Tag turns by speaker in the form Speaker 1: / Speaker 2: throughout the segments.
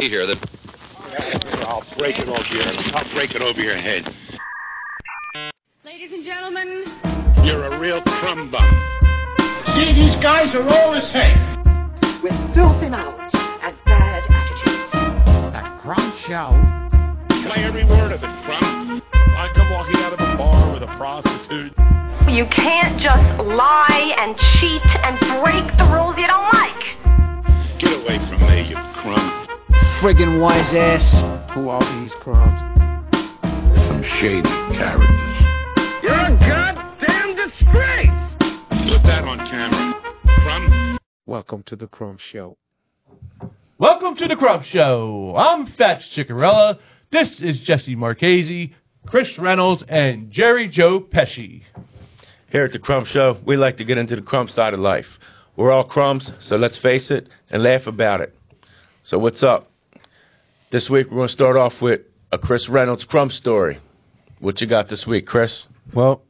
Speaker 1: here that
Speaker 2: I'll break it over your. I'll break it over your head.
Speaker 3: Ladies and gentlemen,
Speaker 2: You're a real crumb bum.
Speaker 4: See, these guys are all the same.
Speaker 5: with filthy mouths and bad attitudes.
Speaker 2: Play every word of it, crumb.
Speaker 6: I come walking out of a bar with a prostitute.
Speaker 7: You can't just lie and cheat and break the rules you don't like.
Speaker 2: Get away from me, you crumb.
Speaker 8: friggin' wise ass who are these crumbs?
Speaker 2: Some shady characters. You're a goddamn disgrace. Put that on camera, crumb.
Speaker 8: Welcome to the Crumb Show.
Speaker 6: Welcome to the Crump Show. I'm Fats Chicarella. This is Jesse Marchese, Chris Reynolds, and Jerry Joe Pesci.
Speaker 9: Here at the Crumb Show, we like to get into the crumb side of life. We're all crumbs, so let's face it and laugh about it. So what's up? This week we're going to start off with a Chris Reynolds crumb story. What you got this week, Chris?
Speaker 10: Well,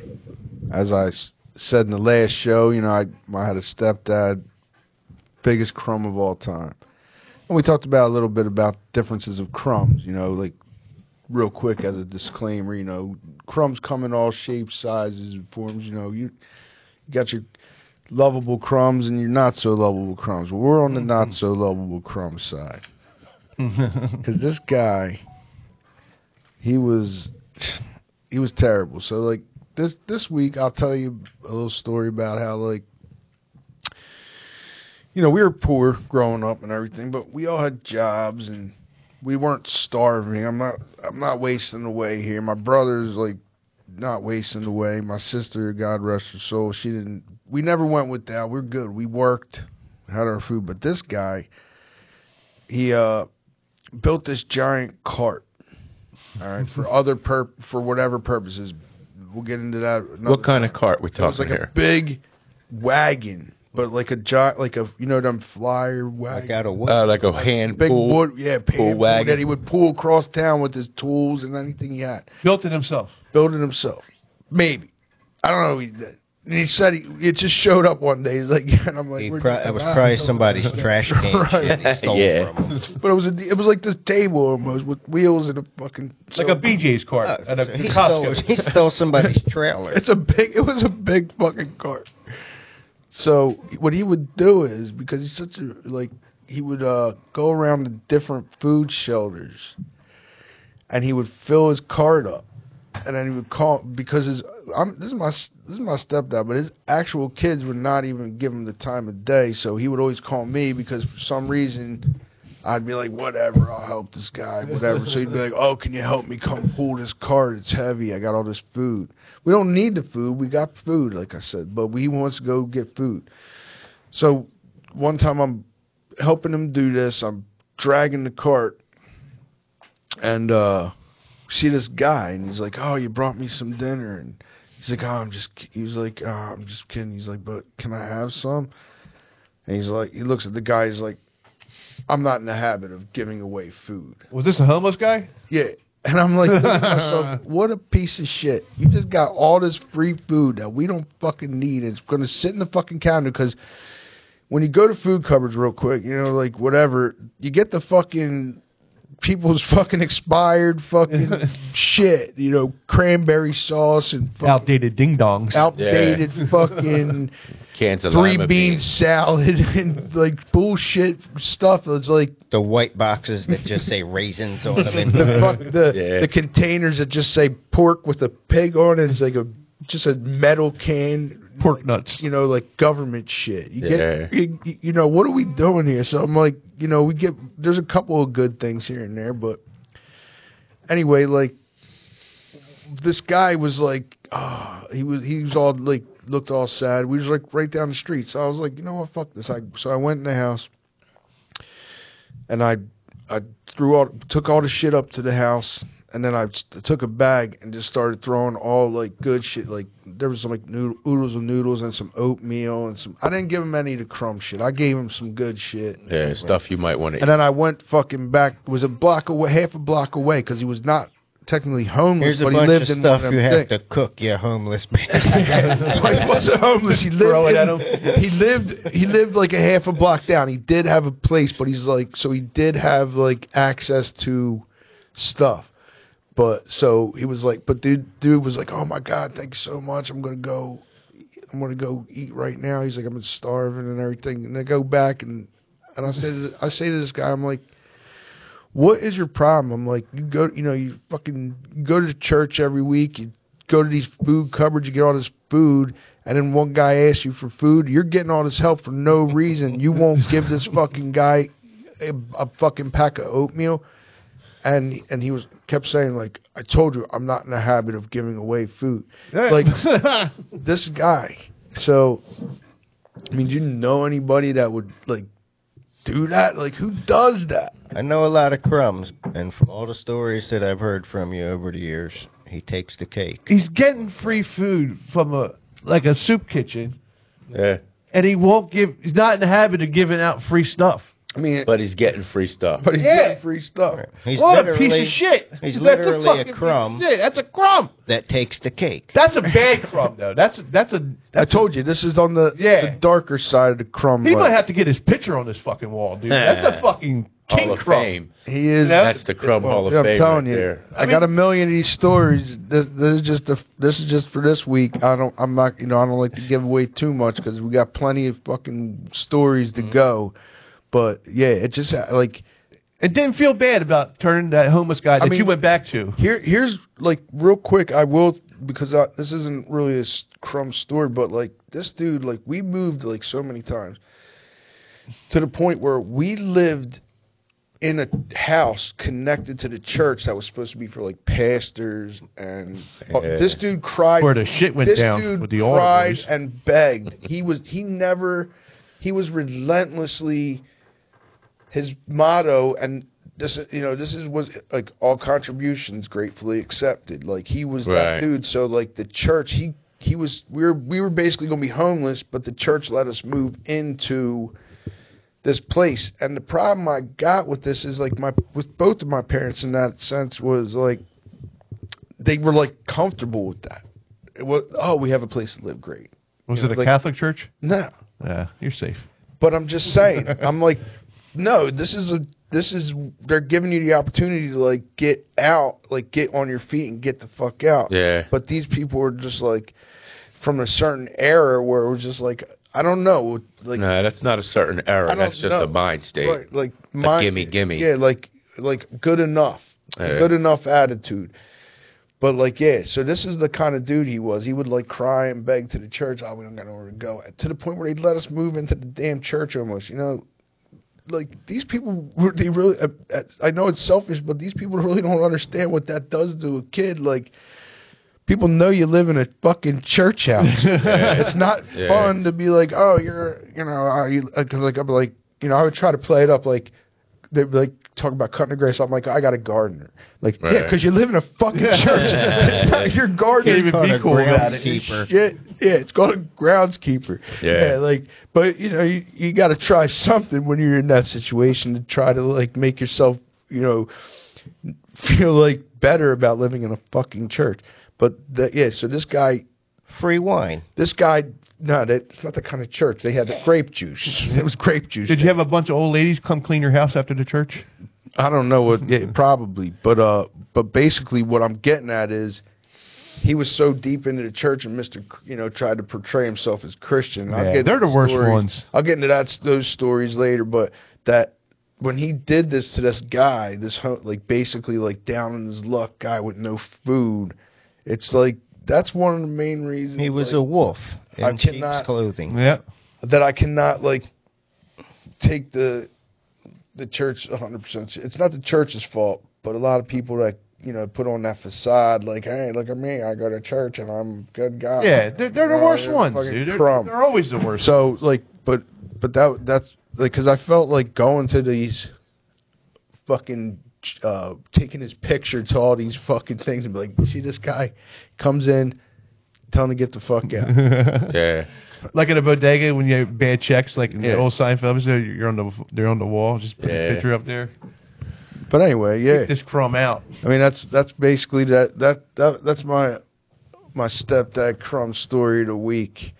Speaker 10: as I s- said in the last show, you know, I, I had a stepdad, biggest crumb of all time. And we talked about a little bit about differences of crumbs, you know, like real quick as a disclaimer, you know, crumbs come in all shapes, sizes, and forms. You know, you, you got your lovable crumbs and your not so lovable crumbs. Well, we're on the not so lovable crumb side. Because this guy, he was he was terrible. So like this this week, I'll tell you a little story about how like you know we were poor growing up and everything, but we all had jobs and we weren't starving. I'm not I'm not wasting away here. My brother's like not wasting away. My sister, God rest her soul, she didn't. We never went with that. We're good. We worked, had our food, but this guy, he uh built this giant cart all right, for other pur- for whatever purposes. We'll get into that. another
Speaker 9: What kind of
Speaker 10: time.
Speaker 9: cart we
Speaker 10: It was
Speaker 9: talking
Speaker 10: like
Speaker 9: here?
Speaker 10: a big wagon, but like a giant, like a you know them flyer wagon,
Speaker 4: of
Speaker 9: Uh, like a hand
Speaker 10: big
Speaker 9: pull.
Speaker 10: wood, yeah, pan-
Speaker 9: wagon.
Speaker 10: that he would pull across town with his tools and anything he had.
Speaker 6: Built it himself.
Speaker 10: Build it himself, maybe. I don't know. He, did. And he said he, it just showed up one day. He's like, and I'm like,
Speaker 4: He
Speaker 10: "Where'd
Speaker 4: pro-
Speaker 10: you
Speaker 4: that was
Speaker 10: come out?"
Speaker 4: probably somebody's trash can
Speaker 10: Right.
Speaker 4: shit he stole
Speaker 9: Yeah.
Speaker 4: from 'em.
Speaker 10: But it was a, it was like this table almost with wheels and a fucking
Speaker 6: Like a BJ's cart at a
Speaker 4: So he, stole,
Speaker 6: Costco.
Speaker 4: he stole somebody's trailer.
Speaker 10: It's a big. It was a big fucking cart. So what he would do is because he's such a like he would uh, go around to different food shelters, and he would fill his cart up, and then he would call because his I'm this is my s- this is my stepdad, but his actual kids would not even give him the time of day, so he would always call me because for some reason. I'd be like, whatever, I'll help this guy, whatever. So he'd be like, oh, can you help me come pull this cart? It's heavy. I got all this food. We don't need the food. We got food, like I said, but he wants to go get food. So one time I'm helping him do this. I'm dragging the cart and uh see this guy and he's like, "Oh, you brought me some dinner." And he's like, "Oh, I'm just ki-" he was like, oh, "I'm just kidding." He's like, "But can I have some?" And he's like he looks at the guy. He's like, "I'm not in the habit of giving away food."
Speaker 6: Was this a homeless guy?
Speaker 10: Yeah. And I'm like, looking at myself, what a piece of shit. You just got all this free food that we don't fucking need. It's going to sit in the fucking counter because when you go to food cupboards real quick, you know, like whatever, you get the fucking people's fucking expired fucking shit, you know, cranberry sauce and fucking
Speaker 6: Outdated ding dongs.
Speaker 10: outdated fucking
Speaker 9: Cans of
Speaker 10: three
Speaker 9: lima
Speaker 10: bean
Speaker 9: beans.
Speaker 10: salad and like bullshit stuff that's like
Speaker 4: The white boxes that just say raisins on them. And
Speaker 10: the fuck the
Speaker 9: Yeah.
Speaker 10: the containers that just say pork with a pig on it. It's like a just a metal can,
Speaker 6: Pork nuts.
Speaker 10: you know, like government shit. You
Speaker 9: Yeah.
Speaker 10: get, you, you know, what are we doing here? So I'm like, you know, we get there's a couple of good things here and there, but anyway, like this guy was like, ah, he was he was all like looked all sad. We was like right down the street, so I was like, you know what, fuck this. I so I went in the house, and I I threw all took all the shit up to the house, and then I just took a bag and just started throwing all like good shit. Like there was some like noodle, oodles of noodles and some oatmeal and some. I didn't give him any of the crumb shit. I gave him some good shit.
Speaker 9: Yeah, stuff you might want to
Speaker 10: And then I went fucking back. It was a block away, half a block away, because he was not technically homeless,
Speaker 4: Here's a
Speaker 10: but he
Speaker 4: bunch of
Speaker 10: lived in
Speaker 4: stuff
Speaker 10: one of
Speaker 4: you
Speaker 10: them
Speaker 4: have
Speaker 10: things.
Speaker 4: to cook, you homeless man.
Speaker 10: But he wasn't homeless. He
Speaker 6: Throw it
Speaker 10: lived.
Speaker 6: at
Speaker 10: In, he lived. He lived like a half a block down. He did have a place, but he's like so he did have like access to stuff. But so he was like, but dude, dude was like, oh my god, thanks so much. I'm gonna go. I'm gonna go eat right now. He's like, I've been starving and everything. And I go back and and I say, to, I say to this guy, I'm like, what is your problem? I'm like, you go, you know, you fucking you go to church every week. You go to these food cupboards. You get all this food, and then one guy asks you for food. You're getting all this help for no reason. You won't give this fucking guy a, a fucking pack of oatmeal. And and he was kept saying like, I told you, I'm not in the habit of giving away food. It's like this guy. So, I mean, do you know anybody that would like do that? Like, who does that?
Speaker 4: I know a lot of crumbs, and from all the stories that I've heard from you over the years, he takes the cake.
Speaker 6: He's getting free food from a like a soup kitchen,
Speaker 9: Yeah.
Speaker 6: and he won't give. He's not in the habit of giving out free stuff.
Speaker 10: I mean,
Speaker 9: But he's getting free stuff.
Speaker 10: But he's
Speaker 6: Yeah.
Speaker 10: getting free stuff.
Speaker 4: He's
Speaker 6: what a
Speaker 4: literally-
Speaker 6: piece of shit!
Speaker 4: he's
Speaker 6: That's
Speaker 4: literally a
Speaker 6: fucking piece of
Speaker 4: crumb.
Speaker 6: shit. That's a crumb.
Speaker 4: That takes the cake.
Speaker 6: That's a bad crumb though. That's that's a.
Speaker 10: I
Speaker 6: That's a-
Speaker 10: told you this is on the,
Speaker 6: Yeah.
Speaker 10: the darker side of the crumb.
Speaker 6: he
Speaker 10: line.
Speaker 6: might have to get his picture on this fucking wall, dude. That's a fucking king
Speaker 9: Hall of
Speaker 6: crumb.
Speaker 9: Fame.
Speaker 10: He is.
Speaker 6: Yeah.
Speaker 9: That's the Crumb Hall of
Speaker 10: Dude,
Speaker 9: Fame.
Speaker 10: I'm telling
Speaker 9: right
Speaker 10: you,
Speaker 9: there.
Speaker 10: I, got a million of these stories. This, this is just the this is just for this week. I don't. I'm not. You know, I don't like to give away too much because we got plenty of fucking stories
Speaker 9: Mm-hmm.
Speaker 10: to go. But yeah, it just like
Speaker 6: And didn't feel bad about turning that homeless guy that
Speaker 10: mean-
Speaker 6: you went back to.
Speaker 10: Here, here's like real quick. I will because I, this isn't really a s- crumb story, but like this dude, like we moved like so many times to the point where we lived in a house connected to the church that was supposed to be for like pastors and uh,
Speaker 9: Yeah.
Speaker 10: this dude cried
Speaker 6: Where the shit went
Speaker 10: this
Speaker 6: down
Speaker 10: dude
Speaker 6: with the
Speaker 10: cried
Speaker 6: auditors.
Speaker 10: and begged. He was he never he was relentlessly his motto and this you know this is was like all contributions gratefully accepted. Like he was that
Speaker 9: Right.
Speaker 10: dude. So like the church he he was we were we were basically gonna be homeless, but the church let us move into this place. And the problem I got with this is like my with both of my parents in that sense was like they were like comfortable with that. It was oh we have a place to live great.
Speaker 6: Was
Speaker 10: You
Speaker 6: it
Speaker 10: know,
Speaker 6: a
Speaker 10: like-
Speaker 6: Catholic church?
Speaker 10: No.
Speaker 6: Yeah, you're safe.
Speaker 10: But I'm just saying, I'm like, no, this is a this is they're giving you the opportunity to like get out, like get on your feet and get the fuck out.
Speaker 9: Yeah.
Speaker 10: But these people are just like from a certain era where it was just like I don't know, like
Speaker 9: No, that's not a certain era.
Speaker 10: I don't
Speaker 9: That's just
Speaker 10: know.
Speaker 9: a mind state.
Speaker 10: Right, like my
Speaker 9: gimme, gimme.
Speaker 10: Yeah, like like good enough, a
Speaker 9: Yeah.
Speaker 10: good enough attitude. But like yeah, so this is the kind of dude he was. He would like cry and beg to the church. Oh, we don't got nowhere to go. To the point where they'd let us move into the damn church almost. You know, like these people were they really. uh, uh, I know it's selfish, but these people really don't understand what that does to a kid. Like. People know you live in a fucking church house. It's not
Speaker 9: Yeah.
Speaker 10: fun to be like, oh, you're, you know, are you like, like, I'm like, you know, I would try to play it up like they'd be like talking about cutting the grass. I'm like, I got a gardener. Like, yeah, 'cause yeah,
Speaker 9: Right.
Speaker 10: because you live in a fucking church. it's not your gardener.
Speaker 6: Can't even be
Speaker 4: Called a
Speaker 6: cool about it.
Speaker 4: groundskeeper.
Speaker 10: Yeah, yeah, it's called a groundskeeper.
Speaker 9: Yeah.
Speaker 10: like, but you know, you, you got to try something when you're in that situation to try to like make yourself, you know, feel like better about living in a fucking church. But the, yeah, so this guy,
Speaker 4: Free wine.
Speaker 10: this guy, no, that, it's not the kind of church. They had grape juice. It was grape juice.
Speaker 6: Did you have a bunch of old ladies come clean your house after the church?
Speaker 10: I don't know what
Speaker 6: Mm-hmm.
Speaker 10: yeah, probably, but uh, but basically what I'm getting at is he was so deep into the church, and Mister, you know, tried to portray himself as Christian. I'll
Speaker 6: Yeah,
Speaker 10: get
Speaker 6: they're the worst
Speaker 10: stories-
Speaker 6: ones.
Speaker 10: I'll get into that those stories later, but that when he did this to this guy, this ho- like basically like down in his luck guy with no food, it's like that's one of the main reasons
Speaker 4: He was
Speaker 10: like,
Speaker 4: a wolf in
Speaker 10: I
Speaker 4: sheep's
Speaker 10: cannot-
Speaker 4: clothing.
Speaker 6: Yeah.
Speaker 10: that I cannot like take the the church 100%. se- It's not the church's fault, but a lot of people that you know put on that facade like, hey, look at me, I go to church and I'm a good guy.
Speaker 6: Yeah, they're, they're the
Speaker 10: No,
Speaker 6: worst
Speaker 10: you're
Speaker 6: ones,
Speaker 10: fucking
Speaker 6: dude. They're,
Speaker 10: crumb.
Speaker 6: they're always the worst.
Speaker 10: So like, but but that that's like because I felt like going to these fucking uh, taking his picture to all these fucking things and be like, see this guy comes in, tell him to get the fuck out.
Speaker 9: yeah.
Speaker 6: like at a bodega when you have bad checks, like in
Speaker 10: Yeah.
Speaker 6: the old Seinfeld episode, you're on the they're on the wall, just put
Speaker 9: Yeah.
Speaker 6: a picture up there.
Speaker 10: But anyway, yeah.
Speaker 6: Get this crumb out.
Speaker 10: I mean, that's that's basically that that, that that's my my stepdad crumb story of the week.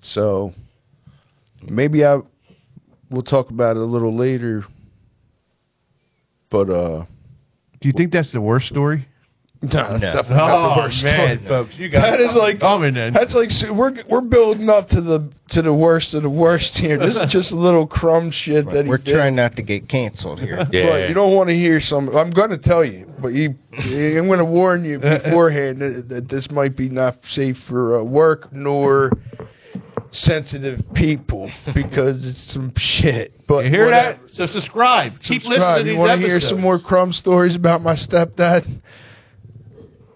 Speaker 10: So maybe I we'll talk about it a little later. But uh,
Speaker 6: Do you think that's the worst story? Oh,
Speaker 10: no, that's
Speaker 4: No.
Speaker 10: definitely not the worst story.
Speaker 6: folks, you
Speaker 10: That is like
Speaker 6: coming in.
Speaker 10: That's like so we're we're building up to the to the worst of the worst here. This is just a little crumb shit that he
Speaker 4: We're
Speaker 10: did.
Speaker 4: trying not to get canceled here.
Speaker 9: Yeah.
Speaker 10: But you don't want to hear some. I'm going to tell you, but you, I'm going to warn you beforehand that, that this might be not safe for uh, work nor sensitive people because it's some shit. But
Speaker 6: You hear
Speaker 10: whatever.
Speaker 6: that? So subscribe. Keep listening to
Speaker 10: Subscribe.
Speaker 6: these
Speaker 10: You want to hear
Speaker 6: episodes.
Speaker 10: some more crumb stories about my stepdad?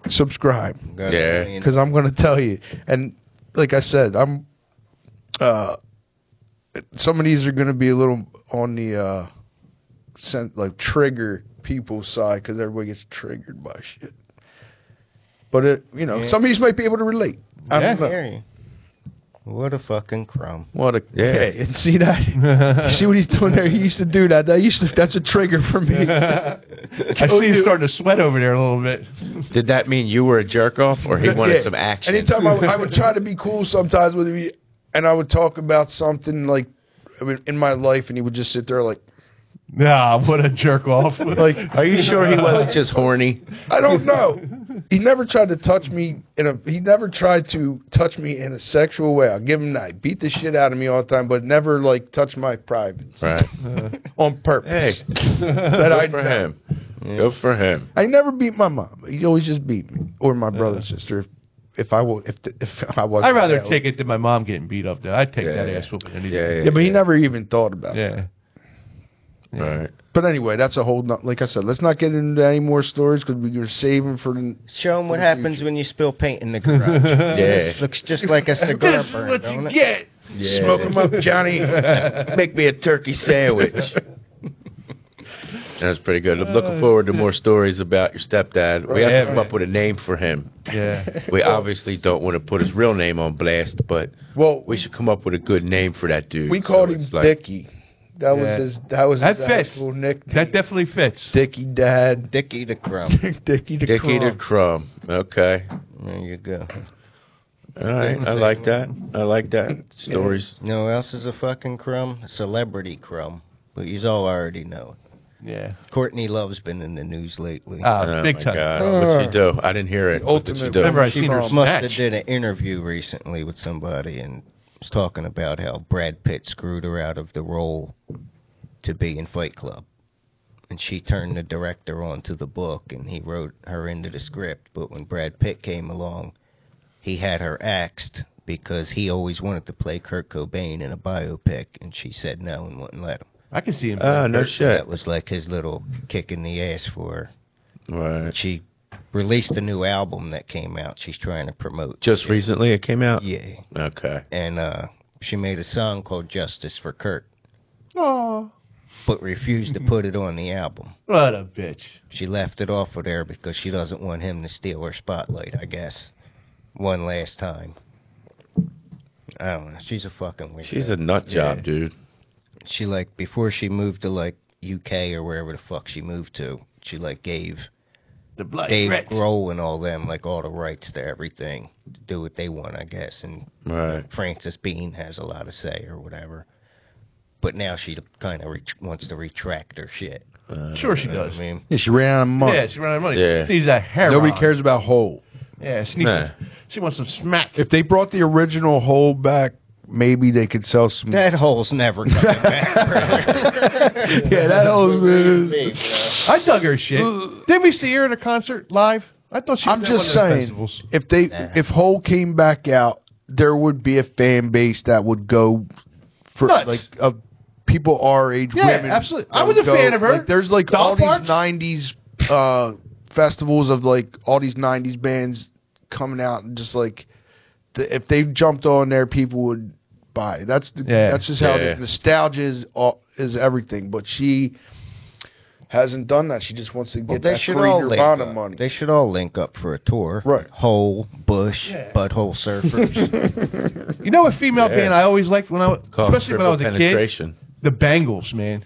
Speaker 10: Subscribe
Speaker 4: Got
Speaker 9: Yeah.
Speaker 4: a million-
Speaker 10: because I'm going to tell you. And like I said, I'm. Uh, some of these are going to be a little on the, uh, sent like trigger people side because everybody gets triggered by shit. But it, you know,
Speaker 4: Yeah.
Speaker 10: some of these might be able to relate. I
Speaker 4: I
Speaker 10: don't know.
Speaker 4: hear you. What a fucking crumb.
Speaker 9: What a yeah.
Speaker 10: Hey, and see that? You see what he's doing there? He used to do that. That used to, that's a trigger for me.
Speaker 6: I see you starting to sweat over there a little bit.
Speaker 9: Did that mean you were a jerk off, or he wanted
Speaker 10: Yeah.
Speaker 9: some action?
Speaker 10: Anytime I, I would try to be cool sometimes with him, and I would talk about something like I mean, in my life, and he would just sit there like,
Speaker 6: Nah, what a jerk off.
Speaker 10: like
Speaker 9: Are you sure he wasn't just horny?
Speaker 10: I don't know. He never tried to touch me in a. He never tried to touch me in a sexual way. I'll give him that. He beat the shit out of me all the time, but never like touch my privates
Speaker 9: Right.
Speaker 10: on
Speaker 9: Hey,
Speaker 10: purpose. that I
Speaker 9: good for him. Good for him.
Speaker 10: I never beat my mom. He always just beat me or my brother and sister. If, if I will, if if I was,
Speaker 6: I'd rather take it than my mom getting beat up. Though I'd take that
Speaker 9: Yeah.
Speaker 6: ass whooping any
Speaker 9: Yeah.
Speaker 6: day.
Speaker 10: Yeah, but he never even thought about. it.
Speaker 6: Yeah.
Speaker 9: Right.
Speaker 10: But anyway, that's a whole. Not, like I said, let's not get into any more stories because we were saving for. the-
Speaker 4: Show them what happens when you spill paint in the garage.
Speaker 9: Yeah.
Speaker 4: Looks just like a cigar
Speaker 10: This is
Speaker 4: burn,
Speaker 10: what
Speaker 4: don't
Speaker 10: you
Speaker 4: it?
Speaker 10: get.
Speaker 9: Yeah.
Speaker 10: Smoke 'em up, Johnny.
Speaker 9: Make me a turkey sandwich. That was pretty good. I'm looking forward to more stories about your stepdad. We have
Speaker 6: Yeah,
Speaker 9: to come
Speaker 6: man.
Speaker 9: up with a name for him.
Speaker 6: Yeah.
Speaker 9: We obviously don't want to put his real name on blast, but
Speaker 10: well,
Speaker 9: we should come up with a good name for that dude.
Speaker 10: we called
Speaker 9: So
Speaker 10: him
Speaker 9: it's like-
Speaker 10: Dickie. That was
Speaker 6: Yeah.
Speaker 10: his. That was
Speaker 6: That
Speaker 10: his
Speaker 6: fits.
Speaker 10: actual nickname.
Speaker 6: That definitely fits.
Speaker 10: Dickie Dad.
Speaker 4: Dickie the crumb.
Speaker 10: Dickie the
Speaker 9: Dickie the
Speaker 10: Crumb.
Speaker 9: Crumb. Okay.
Speaker 4: There you go.
Speaker 9: All right. I like that. I like that.
Speaker 6: Uh,
Speaker 9: Stories.
Speaker 4: You know who else is a fucking crumb? A celebrity crumb. But you all already know it.
Speaker 6: Yeah.
Speaker 4: Courtney Love's been in the news lately.
Speaker 10: Ah,
Speaker 6: Uh,
Speaker 9: Oh,
Speaker 6: big
Speaker 9: my
Speaker 6: time.
Speaker 9: God. What'd she do? I didn't hear it. What did she
Speaker 10: ultimate
Speaker 9: do?
Speaker 6: Remember, I seen her
Speaker 10: She
Speaker 4: Must have
Speaker 6: snatch.
Speaker 4: did an interview recently with somebody and was talking about how Brad Pitt screwed her out of the role to be in Fight Club. And she turned the director onto the book and he wrote her into the script. But when Brad Pitt came along, he had her axed because he always wanted to play Kurt Cobain in a biopic and she said no and wouldn't let him.
Speaker 6: I can see him.
Speaker 9: Oh, no shit.
Speaker 4: That was like his little kick in the ass for her.
Speaker 9: Right.
Speaker 4: She released a new album that came out she's trying to promote.
Speaker 9: Just recently it came out?
Speaker 4: Yeah.
Speaker 9: Okay.
Speaker 4: And uh, she made a song called Justice for Kurt,
Speaker 6: Aw,
Speaker 4: but refused to put it on the album.
Speaker 6: what a bitch.
Speaker 4: She left it off of there because she doesn't want him to steal her spotlight, I guess. One last time. I don't know. She's a fucking weirdo.
Speaker 9: She's a nut job, dude.
Speaker 4: she like before she moved to like UK or wherever the fuck she moved to, she like gave
Speaker 6: The blood
Speaker 4: Dave
Speaker 6: Rex.
Speaker 4: Grohl and all them like all the rights to everything, to do what they want, I guess. And
Speaker 9: Right.
Speaker 4: Frances Bean has a lot of say or whatever. But now she kind of ret- wants to retract her shit.
Speaker 6: Sure she
Speaker 4: You know what
Speaker 6: does.
Speaker 4: I mean,
Speaker 10: Yeah, she ran out of money.
Speaker 6: Yeah, she ran out of money.
Speaker 9: Yeah.
Speaker 6: Needs a hair.
Speaker 10: Nobody
Speaker 6: on.
Speaker 10: cares about Hole.
Speaker 6: Yeah, she needs.
Speaker 9: Nah.
Speaker 6: She wants some smack.
Speaker 10: If they brought the original Hole back, maybe they could sell some.
Speaker 4: that hole's never coming back.
Speaker 10: yeah, that Hole's been.
Speaker 6: I dug her shit. Didn't we see her at a concert live? I thought she. was
Speaker 10: I'm
Speaker 6: at
Speaker 10: just
Speaker 6: one of those
Speaker 10: saying,
Speaker 6: festivals.
Speaker 10: if they
Speaker 4: Nah.
Speaker 10: if Hole came back out, there would be a fan base that would go for
Speaker 6: Nuts.
Speaker 10: like of people our age.
Speaker 6: Yeah,
Speaker 10: women
Speaker 6: absolutely.
Speaker 10: that
Speaker 6: I was
Speaker 10: would
Speaker 6: a fan of her.
Speaker 10: Like, there's like
Speaker 6: Doll
Speaker 10: all
Speaker 6: Parks?
Speaker 10: these '90s uh, festivals of like all these '90s bands coming out and just like the, if they jumped on there, people would buy. That's the,
Speaker 6: Yeah.
Speaker 10: that's just how it
Speaker 9: Yeah.
Speaker 10: is. nostalgia is all, is everything. But she. Hasn't done that. She just wants to get
Speaker 4: Well, they
Speaker 10: that
Speaker 4: should
Speaker 10: free
Speaker 4: all link
Speaker 10: Nirvana
Speaker 4: up.
Speaker 10: money.
Speaker 4: They should all link up for a tour.
Speaker 10: Right.
Speaker 4: Hole, Bush, Butthole Surfers.
Speaker 6: you know, a female
Speaker 9: Yeah.
Speaker 6: band I always liked when I, was
Speaker 9: Called
Speaker 6: especially when I was a kid,
Speaker 9: penetration.
Speaker 6: the Bangles, man.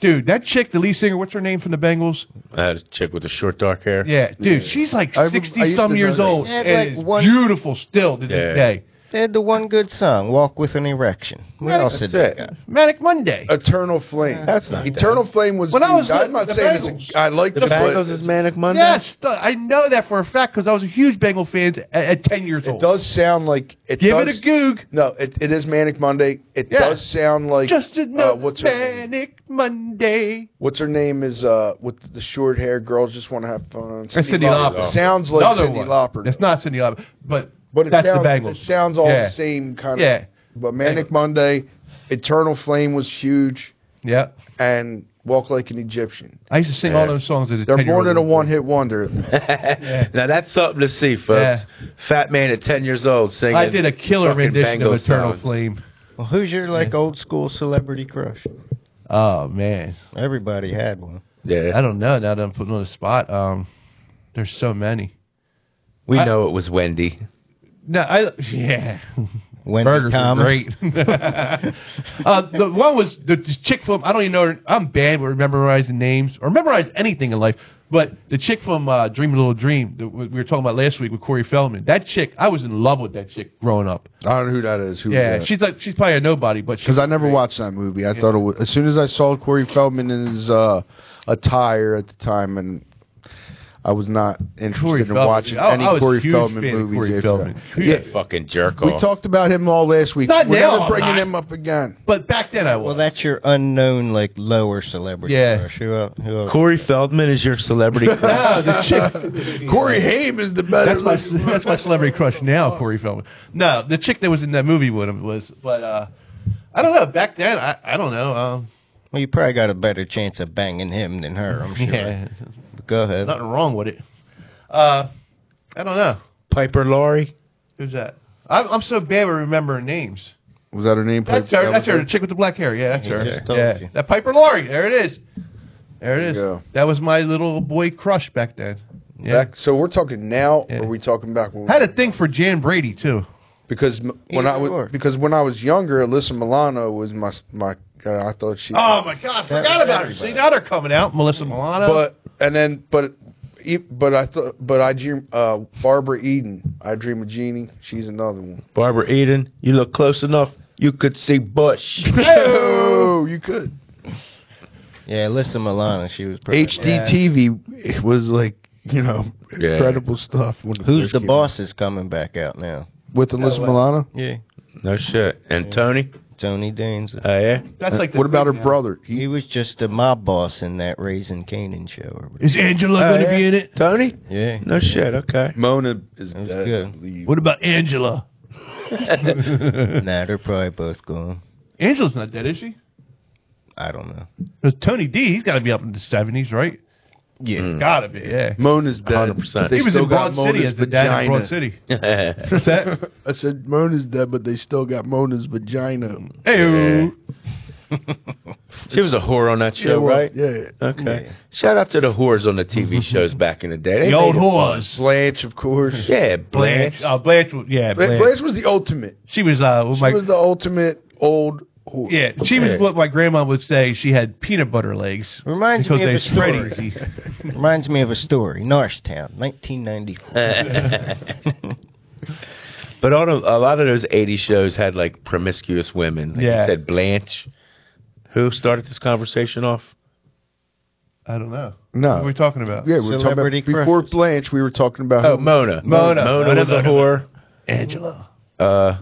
Speaker 6: Dude, that chick, the lead singer, what's her name from the Bengals?
Speaker 9: That chick with the short dark hair.
Speaker 6: Yeah, dude, she's like
Speaker 10: I rem- I
Speaker 6: sixty
Speaker 10: used
Speaker 6: some
Speaker 10: to
Speaker 6: years
Speaker 10: know that.
Speaker 6: old
Speaker 4: Yeah,
Speaker 6: and
Speaker 4: like
Speaker 6: is
Speaker 4: one-
Speaker 6: beautiful still to
Speaker 9: Yeah.
Speaker 6: this day.
Speaker 4: They had the one good song, "Walk with an Erection." What
Speaker 6: That's
Speaker 4: else did they
Speaker 9: it.
Speaker 4: got?
Speaker 6: Manic Monday.
Speaker 10: Eternal Flame.
Speaker 4: That's not
Speaker 10: Eternal Flame was.
Speaker 6: When I was
Speaker 10: I'm not
Speaker 6: the
Speaker 10: saying it's.
Speaker 6: Bengals.
Speaker 10: A, I like
Speaker 9: The
Speaker 10: the
Speaker 9: Bengals is Manic Monday.
Speaker 6: Yes, th- I know that for a fact because I was a huge Bengal fan at, at ten years
Speaker 10: It
Speaker 6: old.
Speaker 10: does sound like it.
Speaker 6: Give
Speaker 10: does,
Speaker 6: it a goog.
Speaker 10: No, it, it is Manic Monday. It
Speaker 6: Yeah.
Speaker 10: does sound like
Speaker 6: Just
Speaker 10: uh,
Speaker 6: another
Speaker 10: what's her name?
Speaker 6: Manic Monday.
Speaker 10: What's her name is uh with the short hair? Girls just want to have fun.
Speaker 6: That's Cyndi Lauper.
Speaker 10: It Sounds like
Speaker 6: Another
Speaker 10: Cindy
Speaker 6: one.
Speaker 10: Lauper.
Speaker 6: That's not Cindy Lauper, but,
Speaker 10: But it
Speaker 6: that's
Speaker 10: sounds,
Speaker 6: the Bengals.
Speaker 10: It sounds all
Speaker 6: yeah.
Speaker 10: the same kind of.
Speaker 6: Yeah.
Speaker 10: But Manic
Speaker 6: Bengals.
Speaker 10: Monday, Eternal Flame was huge,
Speaker 6: Yeah,
Speaker 10: and Walk Like an Egyptian.
Speaker 6: I used to sing all those songs as a
Speaker 10: They're
Speaker 6: 10-year-old.
Speaker 10: more than a one-hit wonder.
Speaker 9: Now that's something to see, folks. Fat man at ten years old singing.
Speaker 6: I did a killer
Speaker 9: fucking
Speaker 6: rendition of
Speaker 9: Bengals
Speaker 6: Eternal
Speaker 9: songs.
Speaker 6: Flame.
Speaker 4: Well, who's your like old school celebrity crush?
Speaker 6: Oh man,
Speaker 4: Everybody had one.
Speaker 6: I
Speaker 9: Yeah,
Speaker 6: don't know. Now that I'm putting on the spot, um, there's so many.
Speaker 9: we
Speaker 6: I-
Speaker 9: know it was Wendy.
Speaker 6: No, I yeah.
Speaker 4: Wendy
Speaker 6: Burgers are
Speaker 4: Thomas.
Speaker 6: great. uh, the one was the this chick from I don't even know. Her, I'm bad with memorizing names or memorize anything in life. But the chick from uh, Dream a Little Dream that we we were talking about last week with Corey Feldman, that chick, I was in love with that chick growing up.
Speaker 10: I don't know who that is. Who
Speaker 6: Yeah, she's like she's probably a nobody, but
Speaker 10: because I never watched that movie. I thought it was, as soon as I saw Corey Feldman in his uh, attire at the time, and I was not interested
Speaker 6: Corey
Speaker 10: in
Speaker 6: Feldman.
Speaker 10: watching
Speaker 6: I- I
Speaker 10: any
Speaker 6: was a
Speaker 10: Corey
Speaker 6: huge
Speaker 10: Feldman
Speaker 6: fan of
Speaker 10: movies.
Speaker 6: Corey
Speaker 10: after
Speaker 6: Feldman.
Speaker 10: that.
Speaker 9: Who's that fucking jerk
Speaker 10: We
Speaker 9: off?
Speaker 10: talked about him all last week.
Speaker 6: Not
Speaker 10: We're
Speaker 6: now,
Speaker 10: never
Speaker 6: I'm
Speaker 10: bringing
Speaker 6: not.
Speaker 10: him up again.
Speaker 6: But back then I was.
Speaker 4: Well, that's your unknown like lower celebrity
Speaker 6: Yeah.
Speaker 4: crush. Who, el- who else?
Speaker 9: Corey Feldman is your celebrity. crush?
Speaker 6: No, the chick.
Speaker 10: Corey Haim is the better.
Speaker 6: That's my
Speaker 10: looking-
Speaker 6: that's my celebrity crush now, Corey Feldman. No, the chick that was in that movie with him was, but uh, I don't know. Back then, I, I don't know. Um,
Speaker 4: Well, you probably got a better chance of banging him than her. I'm sure.
Speaker 6: yeah,
Speaker 4: But go ahead.
Speaker 6: nothing wrong with it. Uh, I don't know
Speaker 9: Piper Laurie.
Speaker 6: who's that. I'm, I'm so bad with remembering names.
Speaker 10: was that her name?
Speaker 6: That's her. That's her. The chick with the black hair. Yeah, that's her.
Speaker 4: just told
Speaker 6: Yeah,
Speaker 4: you.
Speaker 6: that Piper Laurie. There it is. There it is.
Speaker 10: There you go.
Speaker 6: That was my little boy crush back then. Yeah.
Speaker 10: Back- so we're talking now,
Speaker 6: Yeah.
Speaker 10: or are we talking back? When we-
Speaker 6: Had a thing for Jan Brady too.
Speaker 10: because m- when I
Speaker 4: Either or.
Speaker 10: was because when I was younger, Alyssa Milano was my my. God, I thought she.
Speaker 6: Oh my God, I forgot
Speaker 4: was
Speaker 6: about her. See, now they're coming out. Melissa Milano.
Speaker 10: but and then but e- but I thought but I dream uh Barbara Eden. I dream of Jeannie. She's another one.
Speaker 9: Barbara Eden, you look close enough, you could see Bush.
Speaker 10: Oh, you could.
Speaker 4: Yeah, Alyssa Milano. She was pretty.
Speaker 10: HDTV was like you know
Speaker 9: Yeah.
Speaker 10: incredible stuff. When it
Speaker 4: Who's
Speaker 10: first
Speaker 4: the
Speaker 10: came
Speaker 4: boss? Is coming back out now.
Speaker 10: out. with Alyssa Milano?
Speaker 4: Yeah,
Speaker 9: no Oh, shit. And Tony?
Speaker 4: Tony Danza.
Speaker 9: Oh, yeah?
Speaker 6: that's like the
Speaker 10: what about her
Speaker 6: thing now.
Speaker 10: brother? He,
Speaker 4: He was just a mob boss in that Raising Canaan show. Or whatever.
Speaker 6: Is Angela
Speaker 9: Oh,
Speaker 6: going to
Speaker 9: yeah?
Speaker 6: be in it?
Speaker 9: Tony?
Speaker 4: Yeah.
Speaker 9: No shit, okay.
Speaker 10: Mona is
Speaker 4: was
Speaker 10: dead.
Speaker 4: good.
Speaker 10: I believe.
Speaker 6: What about Angela?
Speaker 4: Nah, they're probably both gone.
Speaker 6: Angela's not dead, is she?
Speaker 4: I don't know.
Speaker 6: Because Tony D, he's got to be up in the seventies, right?
Speaker 4: Yeah.
Speaker 6: Gotta be. Yeah.
Speaker 10: Mona's dead.
Speaker 9: 100%.
Speaker 10: They
Speaker 6: he was
Speaker 10: still
Speaker 6: in Broad
Speaker 10: got
Speaker 6: City
Speaker 10: Mona's
Speaker 6: as the dad in
Speaker 10: vagina.
Speaker 6: Broad City.
Speaker 9: Mm. yeah.
Speaker 6: What's that?
Speaker 10: I said Mona's dead, but they still got Mona's vagina.
Speaker 6: hey,
Speaker 9: She was a whore on that show,
Speaker 10: well,
Speaker 9: right?
Speaker 10: Yeah.
Speaker 9: Okay. Shout out to the whores on the TV shows back in the day. They
Speaker 6: the old
Speaker 9: made it
Speaker 6: whores.
Speaker 10: Blanche, of
Speaker 9: fun.
Speaker 10: course.
Speaker 9: Yeah, Blanche.
Speaker 6: Blanche. Oh, Blanche. was- Yeah,
Speaker 10: Blanche,
Speaker 6: Blanche.
Speaker 10: was the ultimate.
Speaker 6: She was. Uh, what
Speaker 10: She
Speaker 6: my,
Speaker 10: was the ultimate old whore.
Speaker 6: yeah, she
Speaker 9: Yeah.
Speaker 6: was what my grandma would say. She had peanut butter legs.
Speaker 4: Reminds
Speaker 6: because
Speaker 4: me of
Speaker 6: they
Speaker 4: a
Speaker 6: spread
Speaker 4: story.
Speaker 6: easy.
Speaker 4: Reminds me of a story. Norristown,
Speaker 9: Uh,
Speaker 4: 1994.
Speaker 9: But all of, a lot of those 80 shows had like promiscuous women. Like
Speaker 6: Yeah.
Speaker 9: You said Blanche. Who started this conversation off?
Speaker 6: I don't know.
Speaker 10: No.
Speaker 6: What are we talking about?
Speaker 10: Uh, Yeah, we were talking about
Speaker 4: Celebrity
Speaker 10: before
Speaker 4: crushes.
Speaker 10: Blanche. We were talking about
Speaker 9: Oh,
Speaker 10: who-
Speaker 9: Mona.
Speaker 6: Mona.
Speaker 9: Mona,
Speaker 6: Mona,
Speaker 9: was a
Speaker 6: Mona,
Speaker 9: whore.
Speaker 6: Angela.
Speaker 9: Uh,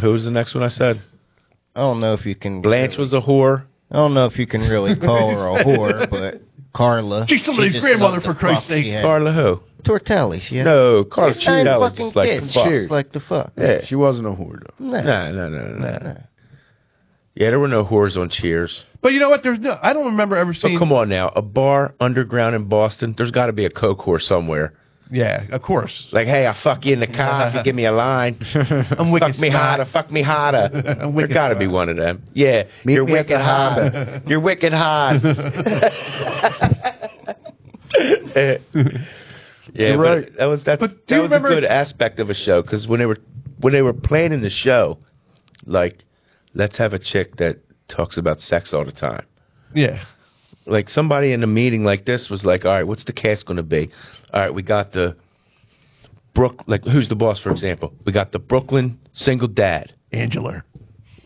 Speaker 9: who was the next one I said?
Speaker 4: I don't know if you can.
Speaker 9: Blanche was a whore.
Speaker 4: I don't know if you can really call her a whore, but Carla.
Speaker 6: She's somebody's
Speaker 4: she just
Speaker 6: grandmother,
Speaker 4: loved
Speaker 6: for
Speaker 4: the
Speaker 6: Christ's
Speaker 4: fuck she
Speaker 6: sake.
Speaker 4: had.
Speaker 9: Carla who?
Speaker 4: Tortelli. She had
Speaker 9: No, Carla
Speaker 4: She had nine
Speaker 9: Chitella
Speaker 4: fucking
Speaker 9: just like
Speaker 4: kids.
Speaker 9: the fuck.
Speaker 4: She was like the fuck.
Speaker 9: Yeah.
Speaker 10: She wasn't a whore though.
Speaker 4: No.
Speaker 9: No, no, no, no, no.
Speaker 4: no.
Speaker 9: Yeah, there were no whores on Cheers.
Speaker 6: But you know what? There's no. I don't remember ever
Speaker 9: But
Speaker 6: seeing.
Speaker 9: come on now, a bar underground in Boston, there's got to be a coke whore somewhere.
Speaker 6: Yeah, of course.
Speaker 9: Like, hey, I fuck you in the car if you give me a line.
Speaker 6: I'm wicked
Speaker 9: fuck me
Speaker 6: smart.
Speaker 9: harder, fuck me harder.
Speaker 6: I'm
Speaker 9: There
Speaker 6: wicked
Speaker 9: got to
Speaker 6: smart.
Speaker 9: be one of them. Yeah, you're
Speaker 10: me at
Speaker 9: wicked
Speaker 10: the
Speaker 9: hard. you're wicked hard. yeah,
Speaker 10: You're
Speaker 9: but
Speaker 10: right.
Speaker 9: that was that's,
Speaker 6: But do
Speaker 9: that
Speaker 6: you
Speaker 9: was
Speaker 6: remember-
Speaker 9: a good aspect of a show because when they were when they were planning the show, like, let's have a chick that talks about sex all the time.
Speaker 6: Yeah.
Speaker 9: like somebody in a meeting like this was like, all right, what's the cast going to be? All right, we got the Brook, like who's the boss, for example? We got the Brooklyn single dad
Speaker 6: Angela.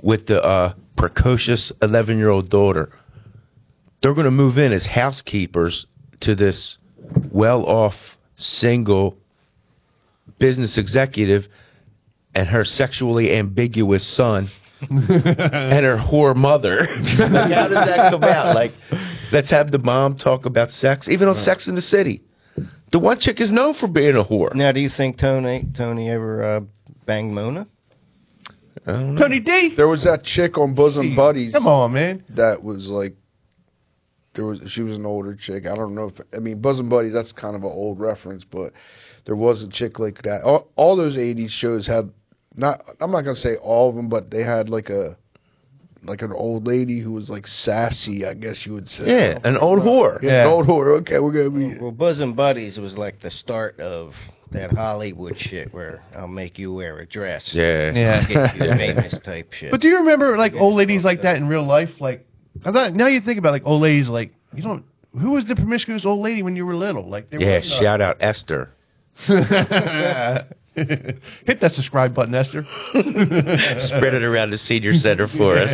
Speaker 9: with the uh, precocious 11 year old daughter. They're going to move in as housekeepers to this well off single business executive and her sexually ambiguous son and her whore mother. like, how does that come out? Like, let's have the mom talk about sex, even on Sex in the City. The one chick is known for being a whore.
Speaker 4: Now, do you think Tony Tony ever uh, banged Mona?
Speaker 9: I don't know.
Speaker 6: Tony D.
Speaker 10: There was that chick on Bosom Buddies
Speaker 6: Come on, man.
Speaker 10: that was like, there was she was an older chick. I don't know if I mean Bosom Buddies. That's kind of an old reference, but there was a chick like that. All, all those '80s shows had not. I'm not gonna say all of them, but they had like a like an old lady who was like sassy. I guess you would say.
Speaker 9: Yeah, an old whore.
Speaker 10: Yeah,
Speaker 6: Yeah.
Speaker 10: an old whore. Okay, we're gonna be.
Speaker 4: Well, Bosom Buddies was like the start of that Hollywood shit where I'll make you wear a dress.
Speaker 9: Yeah.
Speaker 6: Yeah.
Speaker 4: Get you famous type shit.
Speaker 6: But do you remember like old ladies like that in real life? Like, I thought now you think about like old ladies like you don't. Who was the promiscuous old lady when you were little? Like, there
Speaker 9: Yeah,
Speaker 6: was, uh,
Speaker 9: shout out Esther.
Speaker 6: Hit that subscribe button, Esther.
Speaker 9: Spread it around the senior center for us.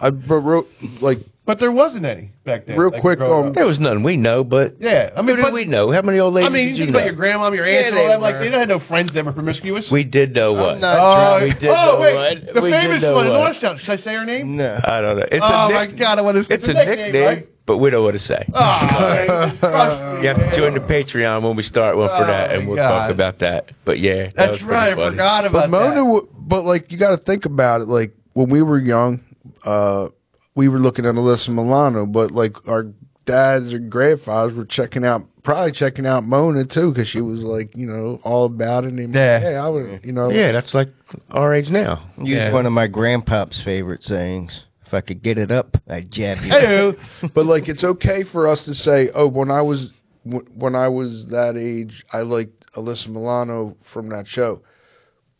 Speaker 10: I but wrote like
Speaker 6: But there wasn't any back then.
Speaker 10: Real
Speaker 6: like,
Speaker 10: quick,
Speaker 6: growing
Speaker 10: um,
Speaker 6: up.
Speaker 9: There was none we know, but
Speaker 6: yeah. I
Speaker 9: I
Speaker 6: mean,
Speaker 9: mean, who
Speaker 6: but,
Speaker 9: did we know? How many old ladies
Speaker 6: I mean, you think
Speaker 9: did you
Speaker 6: about
Speaker 9: know?
Speaker 6: your grandma, your aunt,
Speaker 10: Yeah,
Speaker 6: and
Speaker 10: they
Speaker 6: all that. Like,
Speaker 10: were.
Speaker 6: they didn't have no friends that were promiscuous.
Speaker 9: we did know
Speaker 4: I'm
Speaker 9: one.
Speaker 4: not
Speaker 6: Oh,
Speaker 4: drunk.
Speaker 9: we did
Speaker 6: oh
Speaker 9: know
Speaker 6: wait,
Speaker 9: one.
Speaker 6: the
Speaker 9: We did
Speaker 6: famous
Speaker 9: know
Speaker 6: one in
Speaker 9: one.
Speaker 6: Orangetown. Should I say her name?
Speaker 4: No.
Speaker 9: I don't know. It's
Speaker 6: oh
Speaker 9: a
Speaker 6: my
Speaker 9: nick-
Speaker 6: god, I want to.
Speaker 9: It's a nickname,
Speaker 6: right?
Speaker 9: but we don't want to say.
Speaker 6: Oh, Jesus Christ.
Speaker 10: um,
Speaker 9: You have to join the Patreon when we start one for
Speaker 6: Oh,
Speaker 9: that, and
Speaker 6: my
Speaker 9: we'll
Speaker 6: God.
Speaker 9: talk about that. But yeah, that was
Speaker 6: That's
Speaker 9: pretty
Speaker 6: right. I
Speaker 9: funny.
Speaker 6: forgot
Speaker 10: But
Speaker 6: about
Speaker 10: Mona,
Speaker 6: that.
Speaker 10: w- but like you got to think about it. Like when we were young, uh, we were looking at Alyssa Milano, but like our dads or grandfathers were checking out, probably checking out Mona too, because she was like you know all about it. And
Speaker 6: Yeah.
Speaker 10: hey, I would, you know,
Speaker 9: Yeah, that's like our age now.
Speaker 4: Use
Speaker 6: Yeah.
Speaker 4: one of my grandpop's favorite sayings. If I could get it up, I'd jab you.
Speaker 6: Hey,
Speaker 10: But like it's okay for us to say, oh, when I was wh- when I was that age, I liked Alyssa Milano from that show.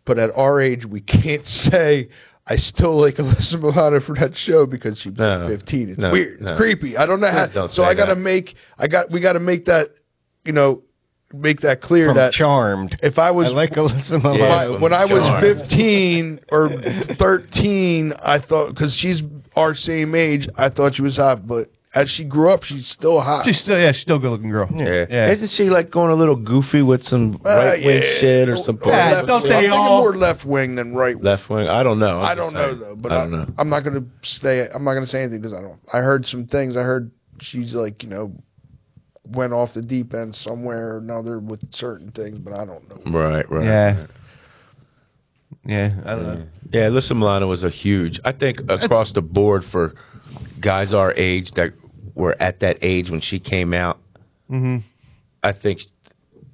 Speaker 10: But at our age, we can't say. I still like Alyssa Milano from that show because she was
Speaker 9: No,
Speaker 10: 15. It's
Speaker 9: no,
Speaker 10: weird.
Speaker 9: no.
Speaker 10: It's creepy. I don't know how.
Speaker 9: Please don't
Speaker 10: so
Speaker 9: say
Speaker 10: I got to
Speaker 9: that.
Speaker 10: make. I got. We got to make that. You know, make that clear
Speaker 4: From
Speaker 10: that
Speaker 4: Charmed.
Speaker 10: if I was
Speaker 4: I like Alyssa
Speaker 9: Yeah.
Speaker 4: Milano.
Speaker 10: when I was
Speaker 9: Sure.
Speaker 10: 15 or 13, I thought because she's our same age, I thought she was hot. But as she grew up, she's still hot.
Speaker 6: she's still yeah, she's still a good-looking girl.
Speaker 9: Yeah.
Speaker 6: Yeah.
Speaker 9: Isn't she like going a little goofy with some
Speaker 10: Uh,
Speaker 9: right wing
Speaker 10: yeah.
Speaker 9: shit or some
Speaker 6: Yeah,
Speaker 10: left-
Speaker 6: don't
Speaker 10: I'm
Speaker 6: they
Speaker 10: thinking
Speaker 6: all-
Speaker 10: more left wing than right. wing.
Speaker 9: left wing? I don't know. I'm
Speaker 10: I
Speaker 9: just
Speaker 10: don't know
Speaker 9: saying.
Speaker 10: though, but
Speaker 9: I
Speaker 10: I
Speaker 9: don't know.
Speaker 10: I'm not gonna stay. I'm not gonna say anything because I don't. I heard some things. I heard she's like you know went off the deep end somewhere or another with certain things, but I don't know.
Speaker 9: Right, right.
Speaker 6: Yeah. Yeah, I don't know.
Speaker 9: Yeah, Alyssa Milano was a huge. I think across the board for guys our age that were at that age when she came out.
Speaker 6: Mhm.
Speaker 9: I think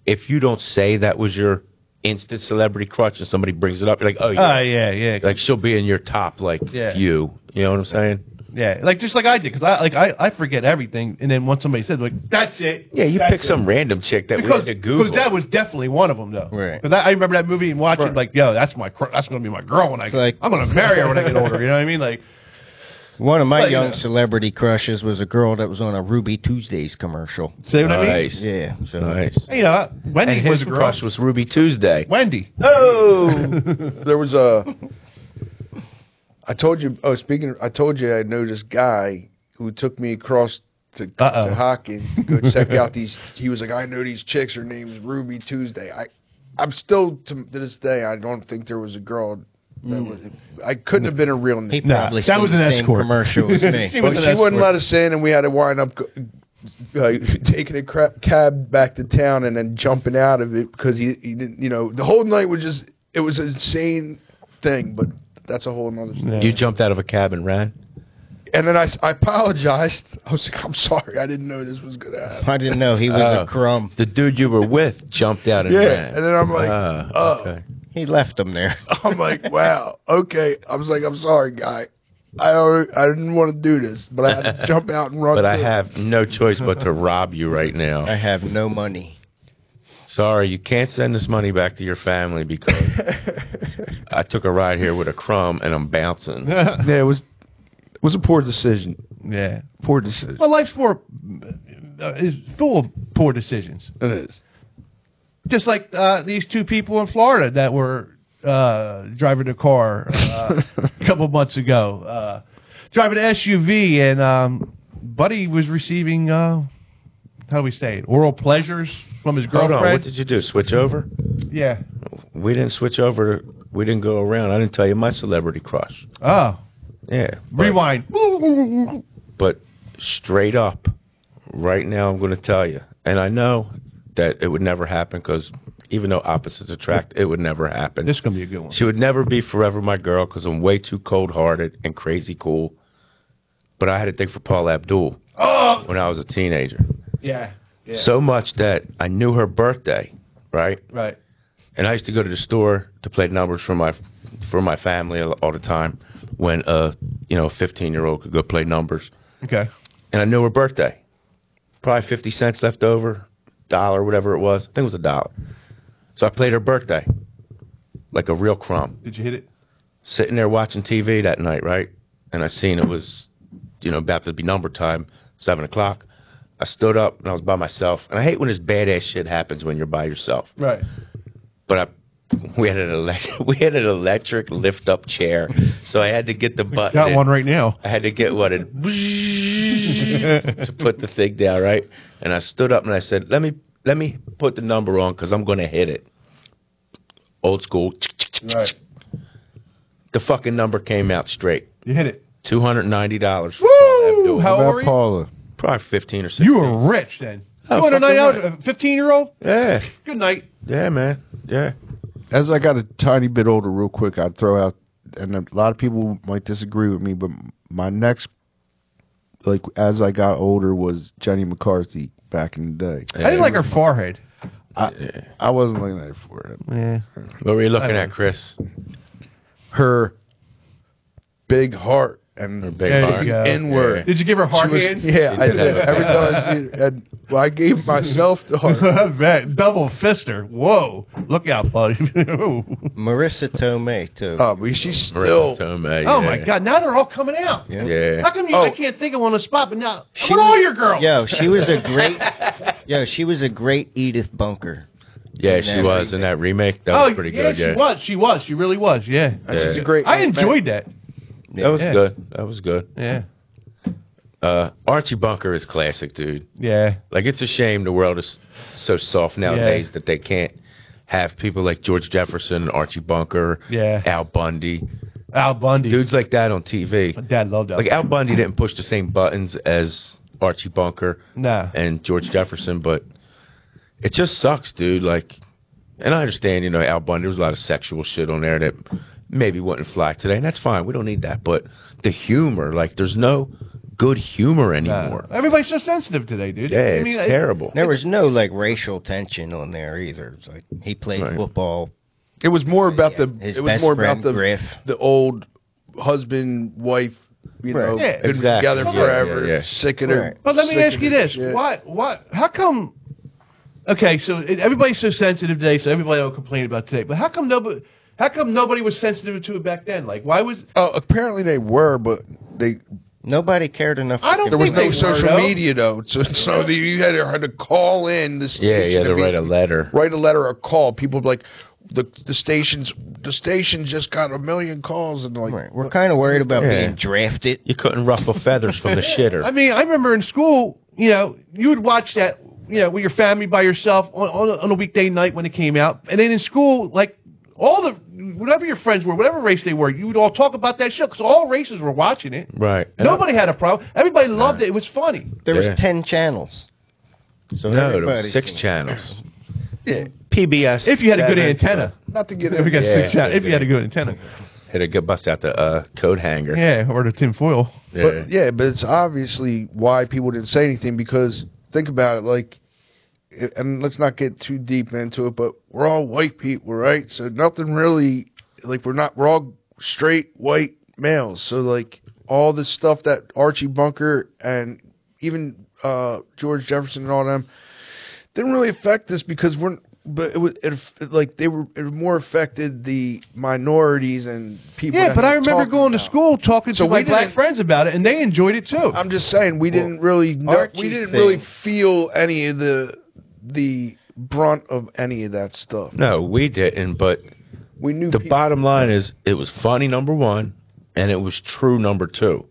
Speaker 9: if you don't say that was your instant celebrity crutch and somebody brings it up, you're like, oh yeah,
Speaker 6: Oh yeah, yeah,
Speaker 9: like she'll be in your top like
Speaker 6: Yeah.
Speaker 9: few. You know what I'm saying?
Speaker 6: yeah. Like just like I did, because I like I, I forget everything, and then once somebody says like that's it,
Speaker 9: Yeah, you
Speaker 6: that's
Speaker 9: pick
Speaker 6: it.
Speaker 9: some random chick that
Speaker 6: because
Speaker 9: we had to
Speaker 6: because
Speaker 9: Google.
Speaker 6: that was definitely one of them though.
Speaker 4: Right.
Speaker 6: Because I, I remember that movie and watching
Speaker 10: Right.
Speaker 6: like yo, that's my cr- that's gonna be my girl when I
Speaker 4: It's like-
Speaker 6: I'm gonna marry her when I get older. You know what I mean? Like
Speaker 4: One of my
Speaker 6: But, you
Speaker 4: young
Speaker 6: know.
Speaker 4: celebrity crushes was a girl that was on a Ruby Tuesdays commercial.
Speaker 6: see what I mean?
Speaker 9: nice,
Speaker 4: Yeah. So
Speaker 9: nice.
Speaker 6: You know, Wendy
Speaker 9: And
Speaker 6: was
Speaker 9: his
Speaker 6: a girl.
Speaker 9: crush was Ruby Tuesday.
Speaker 6: Wendy.
Speaker 9: Oh,
Speaker 10: There was a. I told you. Oh, speaking. I told you I know this guy who took me across to,
Speaker 6: Uh-oh.
Speaker 10: to hockey. to Go check out these. He was like, I know these chicks. Her name's Ruby Tuesday. I, I'm still to, to this day. I don't think there was a girl that was. I couldn't have been a real
Speaker 4: he
Speaker 10: name.
Speaker 6: Nah,
Speaker 4: probably
Speaker 6: that
Speaker 4: seen
Speaker 6: was
Speaker 4: the
Speaker 6: an
Speaker 4: same
Speaker 6: escort.
Speaker 4: commercial as me.
Speaker 10: But
Speaker 6: was an
Speaker 10: she wouldn't
Speaker 6: escort.
Speaker 10: let us in, and we had to wind up. go- Uh, taking a crap cab back to town and then jumping out of it because he, he didn't you know the whole night was just it was an insane thing but that's a whole nother story.
Speaker 9: you jumped out of a cab and ran.
Speaker 10: And then I, I apologized. I was like, I'm sorry. I didn't know this was going to happen.
Speaker 4: I didn't know he was
Speaker 9: Oh.
Speaker 4: a crumb.
Speaker 9: The dude you were with jumped out and
Speaker 10: Yeah.
Speaker 9: ran.
Speaker 10: And then I'm like,
Speaker 9: Ah,
Speaker 10: oh.
Speaker 9: okay.
Speaker 4: He left him there.
Speaker 10: I'm like, wow. Okay. I was like, I'm sorry, guy. I don't, I didn't want to do this, but I had to jump out and run.
Speaker 9: But I
Speaker 10: through.
Speaker 9: have no choice but to rob you right
Speaker 4: I
Speaker 9: now.
Speaker 4: have no money.
Speaker 9: Sorry, you can't send this money back to your family because I took a ride here with a crumb and I'm bouncing.
Speaker 10: Yeah, it was it was a poor decision.
Speaker 6: Yeah.
Speaker 10: poor decision.
Speaker 6: Well, life's for, uh, is full of poor decisions.
Speaker 10: It is.
Speaker 6: Just like uh, these two people in Florida that were uh, driving a car uh, a couple months ago, uh, driving an SUV, and um, Buddy was receiving, uh, how do we say it, oral pleasures from his
Speaker 9: Hold
Speaker 6: girlfriend.
Speaker 9: on. What did you do? Switch over?
Speaker 6: yeah.
Speaker 9: We didn't switch over. We didn't go around. I didn't tell you my celebrity crush.
Speaker 6: Oh,
Speaker 9: Yeah. but-
Speaker 6: rewind.
Speaker 9: but straight up, right now, I'm going to tell you, and I know that it would never happen because even though opposites attract, it would never happen.
Speaker 6: This is going to be a good one.
Speaker 9: she would never be forever my girl because I'm way too cold hearted and crazy cool. But I had a thing for Paul Abdul
Speaker 6: Oh,
Speaker 9: when I was a teenager,
Speaker 6: yeah. yeah.
Speaker 9: so much that I knew her birthday, right?
Speaker 6: right.
Speaker 9: and I used to go to the store to play numbers for my for my family all the time when uh you know a 15 year old could go play numbers
Speaker 6: Okay.
Speaker 9: and I knew her birthday probably 50 cents left over dollar whatever it was I think it was a dollar so I played her birthday like a real crumb
Speaker 6: Did you hit it?
Speaker 9: sitting there watching TV that night right and I seen it was you know about to be number time seven o'clock I stood up and I was by myself and I hate when this badass shit happens when you're by yourself
Speaker 6: Right.
Speaker 9: but I we had an electric we had an electric lift up chair, so I had to get the button.
Speaker 6: Got
Speaker 9: in.
Speaker 6: one right now.
Speaker 9: I had to get one in to put the thing down right. And I stood up and I said, "Let me let me put the number on because I'm going to hit it." Old school.
Speaker 6: Right.
Speaker 9: The fucking number came out straight.
Speaker 6: You hit it.
Speaker 9: Two hundred ninety dollars.
Speaker 6: Woo! How old were
Speaker 10: About
Speaker 6: you?
Speaker 10: Paula.
Speaker 9: Probably fifteen or sixteen.
Speaker 6: You were rich then.
Speaker 9: Oh,
Speaker 6: Oh,
Speaker 9: fucking
Speaker 6: a 15 year old?
Speaker 9: yeah,
Speaker 6: Good night.
Speaker 9: yeah, man, yeah.
Speaker 10: As I got a tiny bit older, real quick, I'd throw out, and a lot of people might disagree with me, but my next, like, as I got older, was Jenny McCarthy back in the day.
Speaker 6: I didn't like her forehead.
Speaker 10: I wasn't looking at it for it.
Speaker 6: Yeah.
Speaker 9: What were you looking at, Chris?
Speaker 10: Her big heart and
Speaker 9: Her big
Speaker 6: There you
Speaker 9: heart.
Speaker 6: go.
Speaker 10: inward.
Speaker 6: Did you give her hard
Speaker 10: She was-
Speaker 6: hands?
Speaker 10: yeah, I did. Every time I see her, and well, I gave myself the heart.
Speaker 6: I bet. Double fister. Whoa. Look out, buddy. oh,
Speaker 4: Marissa Tomei too.
Speaker 10: Oh, but she's
Speaker 9: Marissa
Speaker 10: still.
Speaker 9: Tomei,
Speaker 6: Oh my
Speaker 9: yeah.
Speaker 6: God. Now they're all coming out.
Speaker 4: Yeah.
Speaker 9: Yeah.
Speaker 6: How come you, I
Speaker 10: Oh.
Speaker 6: can't think of one on the spot, but now. I
Speaker 4: She
Speaker 6: want all
Speaker 4: was-
Speaker 6: your girls.
Speaker 4: Yo, she was a great. yo, she was a great Edith Bunker.
Speaker 9: Yeah,
Speaker 4: in
Speaker 9: she
Speaker 4: that
Speaker 9: was in that remake. That was
Speaker 6: oh,
Speaker 9: pretty
Speaker 6: yeah,
Speaker 9: good.
Speaker 6: she
Speaker 9: Yeah,
Speaker 6: was. She was. She really was. Yeah.
Speaker 10: She's
Speaker 9: Yeah.
Speaker 10: a great.
Speaker 6: I enjoyed that.
Speaker 9: that was
Speaker 6: Yeah.
Speaker 9: good. That was good.
Speaker 6: Yeah.
Speaker 9: Uh, Archie Bunker is classic, dude.
Speaker 6: Yeah.
Speaker 9: Like it's a shame the world is so soft nowadays
Speaker 6: Yeah.
Speaker 9: that they can't have people like George Jefferson, Archie Bunker,
Speaker 6: Yeah.
Speaker 9: Al Bundy,
Speaker 6: Al Bundy.
Speaker 9: dudes like that on TV.
Speaker 6: My dad loved Al.
Speaker 9: Like Al Bundy didn't push the same buttons as Archie Bunker
Speaker 6: Nah.
Speaker 9: and George Jefferson, but it just sucks, dude. Like, and I understand, you know, Al Bundy. There was a lot of sexual shit on there that maybe wouldn't fly today, and that's fine. We don't need that. But the humor, like, there's no good humor anymore.
Speaker 6: Nah. Everybody's so sensitive today, dude.
Speaker 9: Yeah,
Speaker 6: I mean,
Speaker 9: it's
Speaker 6: I-
Speaker 9: terrible.
Speaker 4: There was no like racial tension on there either. It's like he played
Speaker 9: Right.
Speaker 4: football.
Speaker 10: It was more about the.
Speaker 4: His
Speaker 10: it was
Speaker 4: best
Speaker 10: more
Speaker 4: friend
Speaker 10: about the
Speaker 4: Griff.
Speaker 10: the old husband wife. You know,
Speaker 4: Right.
Speaker 6: Yeah.
Speaker 10: been
Speaker 9: Exactly.
Speaker 10: together
Speaker 9: Yeah,
Speaker 10: forever.
Speaker 9: yeah, yeah.
Speaker 10: Sick of it.
Speaker 4: Right.
Speaker 6: But let me
Speaker 10: sick
Speaker 6: ask
Speaker 10: of
Speaker 6: you
Speaker 10: the
Speaker 6: this:
Speaker 10: shit.
Speaker 6: Why? Why? How come? Okay, so it- everybody's so sensitive today, so everybody will complain about today. But how come nobody? How come nobody was sensitive to it back then? Like, why was?
Speaker 10: Oh, apparently they were, but they
Speaker 4: Nobody cared enough.
Speaker 6: I don't
Speaker 10: there was
Speaker 6: think
Speaker 10: no
Speaker 6: they were,
Speaker 10: social
Speaker 6: though.
Speaker 10: media though, so, so the, you had to, had to call in the station.
Speaker 9: Yeah, yeah,
Speaker 10: to
Speaker 9: to
Speaker 10: be-
Speaker 9: write a letter.
Speaker 10: write a letter or call. People were like the the stations the station just got a million calls and like uh,
Speaker 4: Right. We're kind of worried about
Speaker 9: Yeah.
Speaker 4: being drafted.
Speaker 9: You couldn't ruffle feathers from the shitter.
Speaker 6: I mean, I remember in school, you know, you would watch that, you know, with your family by yourself on on a, on a weekday night when it came out, and then in school, like all the whatever your friends were, whatever race they were, you would all talk about that show because all races were watching it.
Speaker 9: right. And
Speaker 6: Nobody had a problem. Everybody loved it. It was funny.
Speaker 4: There
Speaker 9: Yeah.
Speaker 4: was ten channels.
Speaker 9: I- So no, there was
Speaker 4: everybody's-
Speaker 9: six channels.
Speaker 10: Yeah.
Speaker 9: PBS.
Speaker 6: If you had a good
Speaker 9: seven,
Speaker 6: antenna.
Speaker 10: not to get
Speaker 6: If we got
Speaker 10: in.
Speaker 9: Yeah.
Speaker 6: six out, if you had a good antenna.
Speaker 9: Had a good bust out the uh, code hanger.
Speaker 6: Yeah, or the tinfoil.
Speaker 9: Yeah.
Speaker 10: But yeah, but it's obviously why people didn't say anything because think about it, like, it- and let's not get too deep into it, but we're all white people, right? So nothing really, like, we're not, we're all straight white males. So like all the stuff that Archie Bunker and even uh, George Jefferson and all them didn't really affect us because we're but it was it, like they were it more affected the minorities and people.
Speaker 6: Yeah,
Speaker 10: that
Speaker 6: but
Speaker 10: he
Speaker 6: I
Speaker 10: was
Speaker 6: remember
Speaker 10: talking
Speaker 6: going to
Speaker 10: about.
Speaker 6: school talking
Speaker 10: So
Speaker 6: to my
Speaker 10: we
Speaker 6: black
Speaker 10: didn't-
Speaker 6: friends about it, and they enjoyed it too.
Speaker 10: I'm just saying we didn't really know,
Speaker 4: Archie
Speaker 10: we didn't
Speaker 4: thing-
Speaker 10: really feel any of the the brunt of any of that stuff.
Speaker 9: No, we didn't. But
Speaker 10: We knew
Speaker 9: the
Speaker 10: people-
Speaker 9: bottom line is, it was funny number one, and it was true number two.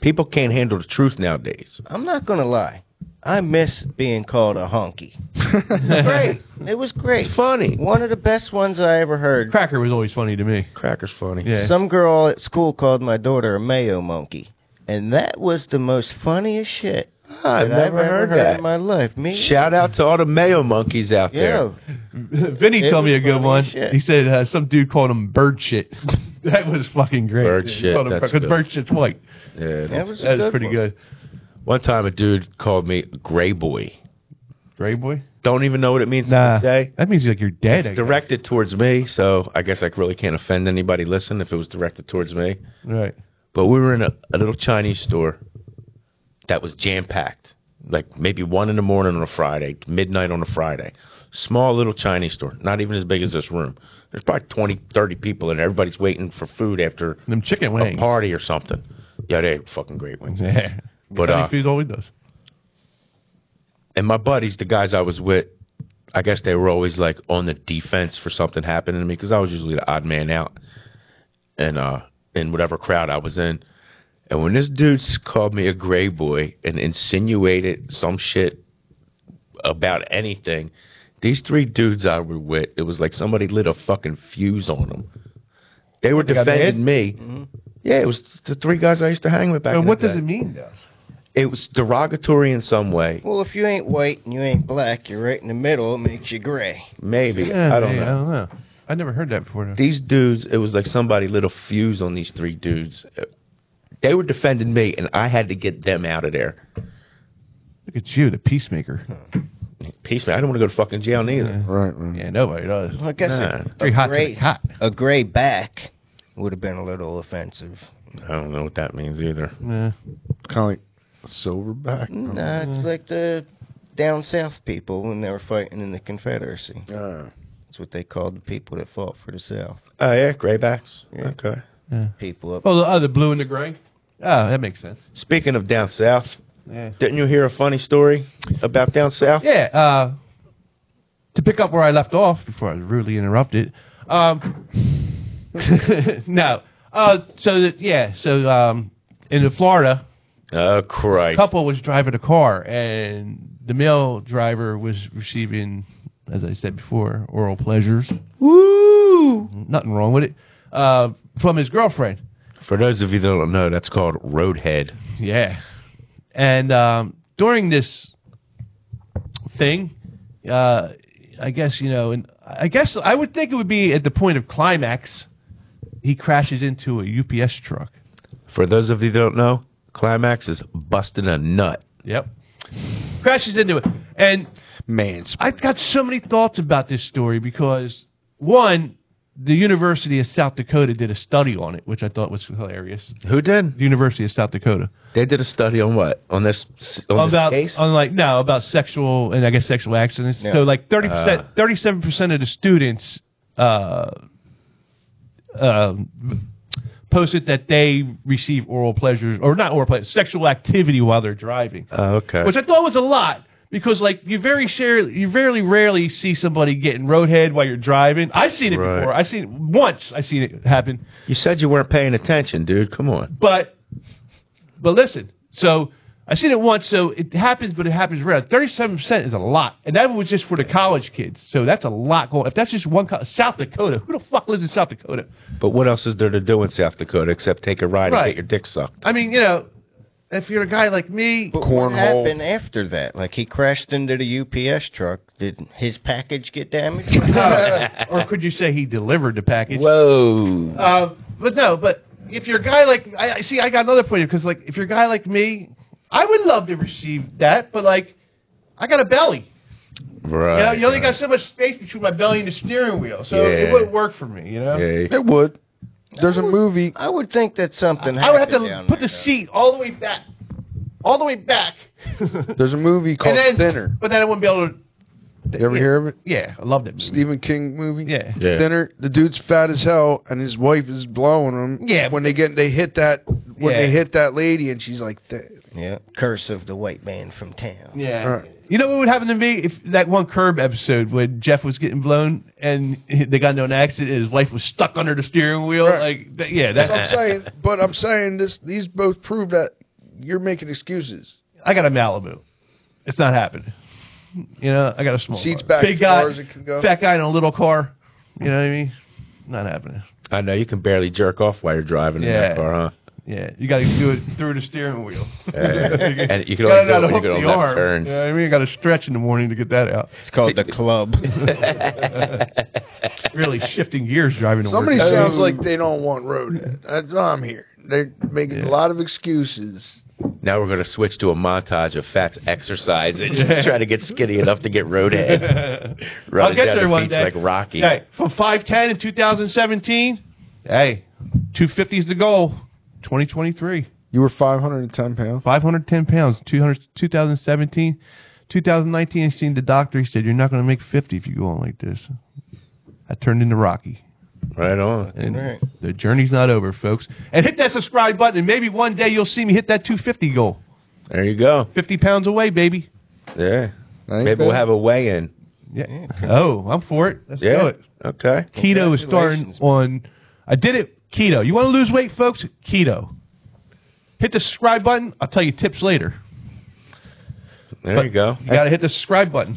Speaker 9: People can't handle the truth nowadays.
Speaker 4: I'm not gonna lie. I miss being called a honky. great. It was great.
Speaker 9: It's funny.
Speaker 4: One of the best ones I ever heard.
Speaker 6: Cracker was always funny to me.
Speaker 9: Cracker's funny.
Speaker 6: Yeah.
Speaker 4: Some girl at school called my daughter a mayo monkey, and that was the most funniest shit
Speaker 9: I've
Speaker 4: that
Speaker 9: Ah, never
Speaker 4: I've ever
Speaker 9: heard
Speaker 4: heard,
Speaker 9: that.
Speaker 4: in my life. Me,
Speaker 9: Shout out to all the mayo monkeys out
Speaker 4: yeah,
Speaker 9: there.
Speaker 6: Vinny
Speaker 4: It
Speaker 6: told me
Speaker 4: was
Speaker 6: a good
Speaker 4: funny
Speaker 6: one.
Speaker 4: as shit.
Speaker 6: He said uh, some dude called him bird shit. that was fucking great.
Speaker 9: Bird shit, that's
Speaker 6: Because
Speaker 9: good.
Speaker 6: bird shit's white.
Speaker 9: Yeah,
Speaker 4: that
Speaker 9: that's-
Speaker 4: was a
Speaker 6: That was
Speaker 4: good
Speaker 6: pretty
Speaker 4: one.
Speaker 6: good.
Speaker 9: One time a dude called me Gray Boy.
Speaker 6: Gray boy?
Speaker 9: Don't even know what it means
Speaker 6: Nah.
Speaker 9: to this day.
Speaker 6: That means like you're dead. I
Speaker 9: It's
Speaker 6: guess.
Speaker 9: directed towards me, so I guess I really can't offend anybody listening if it was directed towards me.
Speaker 6: Right.
Speaker 9: But we were in a, a little Chinese store that was jam packed, like maybe one in the morning on a Friday, midnight on a Friday. Small little Chinese store, not even as big as this room. There's probably 20, 30 people, and everybody's waiting for food after
Speaker 6: Them chicken
Speaker 9: a
Speaker 6: wings.
Speaker 9: party or something. Yeah, they're fucking great wings.
Speaker 6: Yeah.
Speaker 9: But,
Speaker 6: Chinese
Speaker 9: uh,
Speaker 6: food's all he does.
Speaker 9: and my buddies, the guys I was with, I guess they were always like on the defense for something happening to me because I was usually the odd man out, and uh, in whatever crowd I was in. And when this dude s- called me a gray boy and insinuated some shit about anything, these three dudes I were with, it was like somebody lit a fucking fuse on them. They were
Speaker 6: They got Mm-hmm.
Speaker 9: defending me. Yeah, it was the three guys I used to hang with back.
Speaker 6: And
Speaker 9: in
Speaker 6: what
Speaker 9: the
Speaker 6: does
Speaker 9: day.
Speaker 6: it mean, though?
Speaker 9: It was derogatory in some way,
Speaker 4: Well, if you ain't white and you ain't black, you're right in the middle. It makes you gray.
Speaker 9: maybe.
Speaker 6: Yeah,
Speaker 9: I don't
Speaker 6: yeah,
Speaker 9: know.
Speaker 6: I don't know. I never heard that before. Though.
Speaker 9: these dudes, it was like somebody lit a fuse on these three dudes. They were defending me, and I had to get them out of there.
Speaker 6: Look at you, the peacemaker.
Speaker 9: Peace, man. I don't want to go to fucking jail neither.
Speaker 10: Right, right.
Speaker 6: Yeah, nobody does.
Speaker 4: Well, I guess
Speaker 9: Nah.
Speaker 4: a,
Speaker 6: Three
Speaker 4: a
Speaker 6: hot to
Speaker 4: gray,
Speaker 6: the cot.
Speaker 4: a gray back would have been a little offensive.
Speaker 9: I don't know what that means either.
Speaker 6: Yeah.
Speaker 10: Kind of like silverback.
Speaker 6: Oh,
Speaker 4: Nah, it's like the down south people when they were fighting in the Confederacy.
Speaker 10: Uh,
Speaker 4: That's what they called the people that fought for the South.
Speaker 9: Oh yeah, graybacks.
Speaker 4: Yeah.
Speaker 9: Okay.
Speaker 4: People up.
Speaker 6: Oh, the, oh, the blue and the gray? Oh, that makes sense.
Speaker 9: Speaking of down south,
Speaker 6: Yeah.
Speaker 9: didn't you hear a funny story about down south?
Speaker 6: Yeah. Uh, to pick up where I left off before I was rudely interrupted. Um, no. Uh, so that, yeah. So um, in Florida,
Speaker 9: Oh
Speaker 6: a
Speaker 9: Christ.
Speaker 6: couple was driving a car, and the male driver was receiving, as I said before, oral pleasures. Woo! Nothing wrong with it. Uh, from his girlfriend.
Speaker 9: For those of you that don't know, that's called roadhead.
Speaker 6: Yeah. And um, during this thing, uh, I guess, you know, and I guess I would think it would be at the point of climax, he crashes into a UPS truck.
Speaker 9: For those of you that don't know, climax is busting a nut.
Speaker 6: Yep. Crashes into it. And
Speaker 10: man,
Speaker 6: I've got so many thoughts about this story because, one, the University of South Dakota did a study on it, which I thought was hilarious.
Speaker 9: Who did?
Speaker 6: The University of South Dakota.
Speaker 9: They did a study on what? On this? On this
Speaker 6: about
Speaker 9: case?
Speaker 6: on like no about sexual and I guess sexual accidents.
Speaker 4: Yeah.
Speaker 6: So like thirty
Speaker 9: Uh.
Speaker 6: percent, thirty seven percent of the students uh, uh, posted that they receive oral pleasures or not oral pleasure, sexual activity while they're driving,
Speaker 9: Oh, okay.
Speaker 6: which I thought was a lot. Because like you very share, you very rarely see somebody getting roadhead while you're driving. I've seen it
Speaker 9: Right.
Speaker 6: before. I've seen it once. I've seen it happen.
Speaker 9: You said you weren't paying attention, dude. Come on.
Speaker 6: But but listen, so I seen it once, so it happens, but it happens rare. Thirty-seven percent is a lot, and that was just for the college kids. So that's a lot going. If that's just one co- South Dakota, who the fuck lives in South Dakota?
Speaker 9: But what else is there to do in South Dakota except take a ride and
Speaker 6: Right.
Speaker 9: get your dick sucked?
Speaker 6: I mean, you know, if you're a guy like me,
Speaker 4: But
Speaker 10: Cornhole.
Speaker 4: what happened after that? Like he crashed into the UPS truck. Did his package get damaged?
Speaker 6: or could you say he delivered the package?
Speaker 9: Whoa.
Speaker 6: Uh, but no, but if you're a guy like I I- see, I got another point because like if you're a guy like me, I would love to receive that, but like I got a belly.
Speaker 9: Right.
Speaker 6: You know, you only
Speaker 9: right.
Speaker 6: got so much space between my belly and the steering wheel, so
Speaker 9: Yeah.
Speaker 6: it wouldn't work for me. You know,
Speaker 9: Yeah.
Speaker 10: it would. There's a movie.
Speaker 4: I would think that something.
Speaker 6: I would have
Speaker 4: happened
Speaker 6: to
Speaker 4: down
Speaker 6: put
Speaker 4: there,
Speaker 6: the seat all the way back, all the way back,
Speaker 10: There's a movie called
Speaker 6: and then
Speaker 10: Thinner.
Speaker 6: But then I wouldn't be able to
Speaker 10: You ever
Speaker 6: yeah.
Speaker 10: hear of it?
Speaker 6: Yeah, I love that movie.
Speaker 10: Stephen King movie.
Speaker 6: Yeah.
Speaker 9: Yeah.
Speaker 10: Dinner. The dude's fat as hell, and his wife is blowing him.
Speaker 6: Yeah,
Speaker 10: When
Speaker 6: but-
Speaker 10: they get, they hit that. When
Speaker 6: Yeah.
Speaker 10: they hit that lady, and she's like, "Th-
Speaker 4: Yeah. Curse of the white man from town.
Speaker 6: Yeah.
Speaker 10: All right.
Speaker 6: You know what would happen to me if that one curb episode when Jeff was getting blown and they got into an accident and his wife was stuck under the steering wheel?
Speaker 10: Right.
Speaker 6: Like, that, yeah,
Speaker 10: That's
Speaker 6: that's.
Speaker 10: what I'm saying. But I'm saying this. These both prove that you're making excuses.
Speaker 6: I got a Malibu. It's not happening. You know, I got a small
Speaker 10: Seats
Speaker 6: car.
Speaker 10: back
Speaker 6: big
Speaker 10: as
Speaker 6: guy,
Speaker 10: far as it can go.
Speaker 6: fat guy in a little car. You know what I mean? Not happening.
Speaker 9: I know you can barely jerk off while you're driving in
Speaker 6: Yeah.
Speaker 9: that car, huh?
Speaker 6: Yeah, you got to do it through the steering wheel.
Speaker 9: Yeah. and you can
Speaker 6: Got
Speaker 9: only
Speaker 6: to
Speaker 9: do
Speaker 6: hook
Speaker 9: it when you get
Speaker 6: the
Speaker 9: on left
Speaker 6: arm.
Speaker 9: turns.
Speaker 6: You know what I mean? Got to stretch in the morning to get that out.
Speaker 4: It's called the club.
Speaker 6: Really shifting gears driving. to work.
Speaker 10: Somebody
Speaker 6: I mean,
Speaker 10: sounds like they don't want roadhead. That's why I'm here. They're making
Speaker 6: Yeah.
Speaker 10: a lot of excuses.
Speaker 9: Now we're going to switch to a montage of Fat's exercising, trying to get skinny enough to get roadhead.
Speaker 6: I'll
Speaker 9: Running
Speaker 6: get
Speaker 9: down
Speaker 6: there
Speaker 9: the
Speaker 6: one
Speaker 9: beach
Speaker 6: day.
Speaker 9: like Rocky.
Speaker 6: Hey, from five ten in two thousand seventeen. Hey, two fifty is the goal. Twenty twenty three.
Speaker 10: You were 510 pounds.
Speaker 6: 510 pounds, 200, 2017. 2019, I seen the doctor. He said, You're not going to make 50 if you go on like this. I turned into Rocky.
Speaker 9: Right on.
Speaker 6: And
Speaker 4: Right.
Speaker 6: the journey's not over, folks. And hit that subscribe button, and maybe one day you'll see me hit that 250 goal.
Speaker 9: There you go.
Speaker 6: 50 pounds away, baby.
Speaker 9: Yeah.
Speaker 10: Ain't
Speaker 9: Maybe we'll
Speaker 10: bad.
Speaker 9: have a weigh-in.
Speaker 6: Yeah. Oh, I'm for it. Let's do
Speaker 9: Yeah.
Speaker 6: it.
Speaker 9: Okay.
Speaker 6: Keto is starting
Speaker 4: Congratulations,
Speaker 6: on. I did it. Keto. You want to lose weight, folks? Keto. Hit the subscribe button. I'll tell you tips later.
Speaker 9: There you go.
Speaker 6: You got to hit the subscribe button.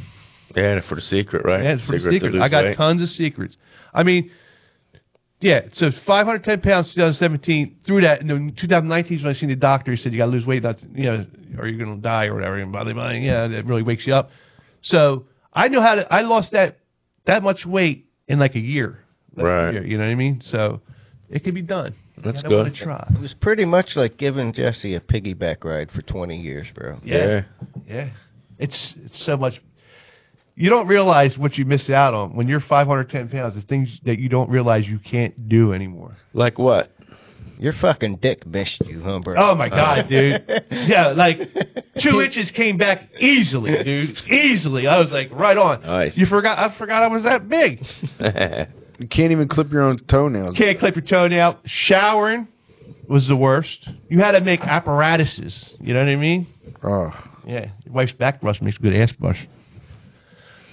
Speaker 9: Yeah, for the secret, right?
Speaker 6: Yeah, it's for the
Speaker 9: to
Speaker 6: secret.
Speaker 9: lose
Speaker 6: I got
Speaker 9: weight.
Speaker 6: tons of secrets. I mean, yeah, so 510 pounds 2017. Through that, and then 2019 is when I seen the doctor. He said, You got to lose weight. That's, you know, are you going to die or whatever? And by the way, yeah, that really wakes you up. So I know how to, I lost that that much weight in like a year. Like a
Speaker 9: Right.
Speaker 6: year, you know what I mean? So it can be done.
Speaker 9: That's
Speaker 6: you gotta
Speaker 9: good.
Speaker 6: wanna Try.
Speaker 4: It was pretty much like giving Jesse a piggyback ride for 20 years, bro.
Speaker 9: Yeah.
Speaker 6: Yeah. It's it's so much. You don't realize what you miss out on when you're 510 pounds. The things that you don't realize you can't do anymore.
Speaker 9: Like what?
Speaker 4: Your fucking dick missed you, huh, bro?
Speaker 6: Oh my god, dude! Yeah, like two inches came back easily, dude. Easily, I was like, right on.
Speaker 9: Nice.
Speaker 6: You forgot? I forgot I was that big.
Speaker 10: You can't even clip your own toenails.
Speaker 6: Can't clip your toenail. Showering was the worst. You had to make apparatuses. You know what I mean?
Speaker 10: Oh.
Speaker 6: Yeah, your wife's back brush makes a good ass brush.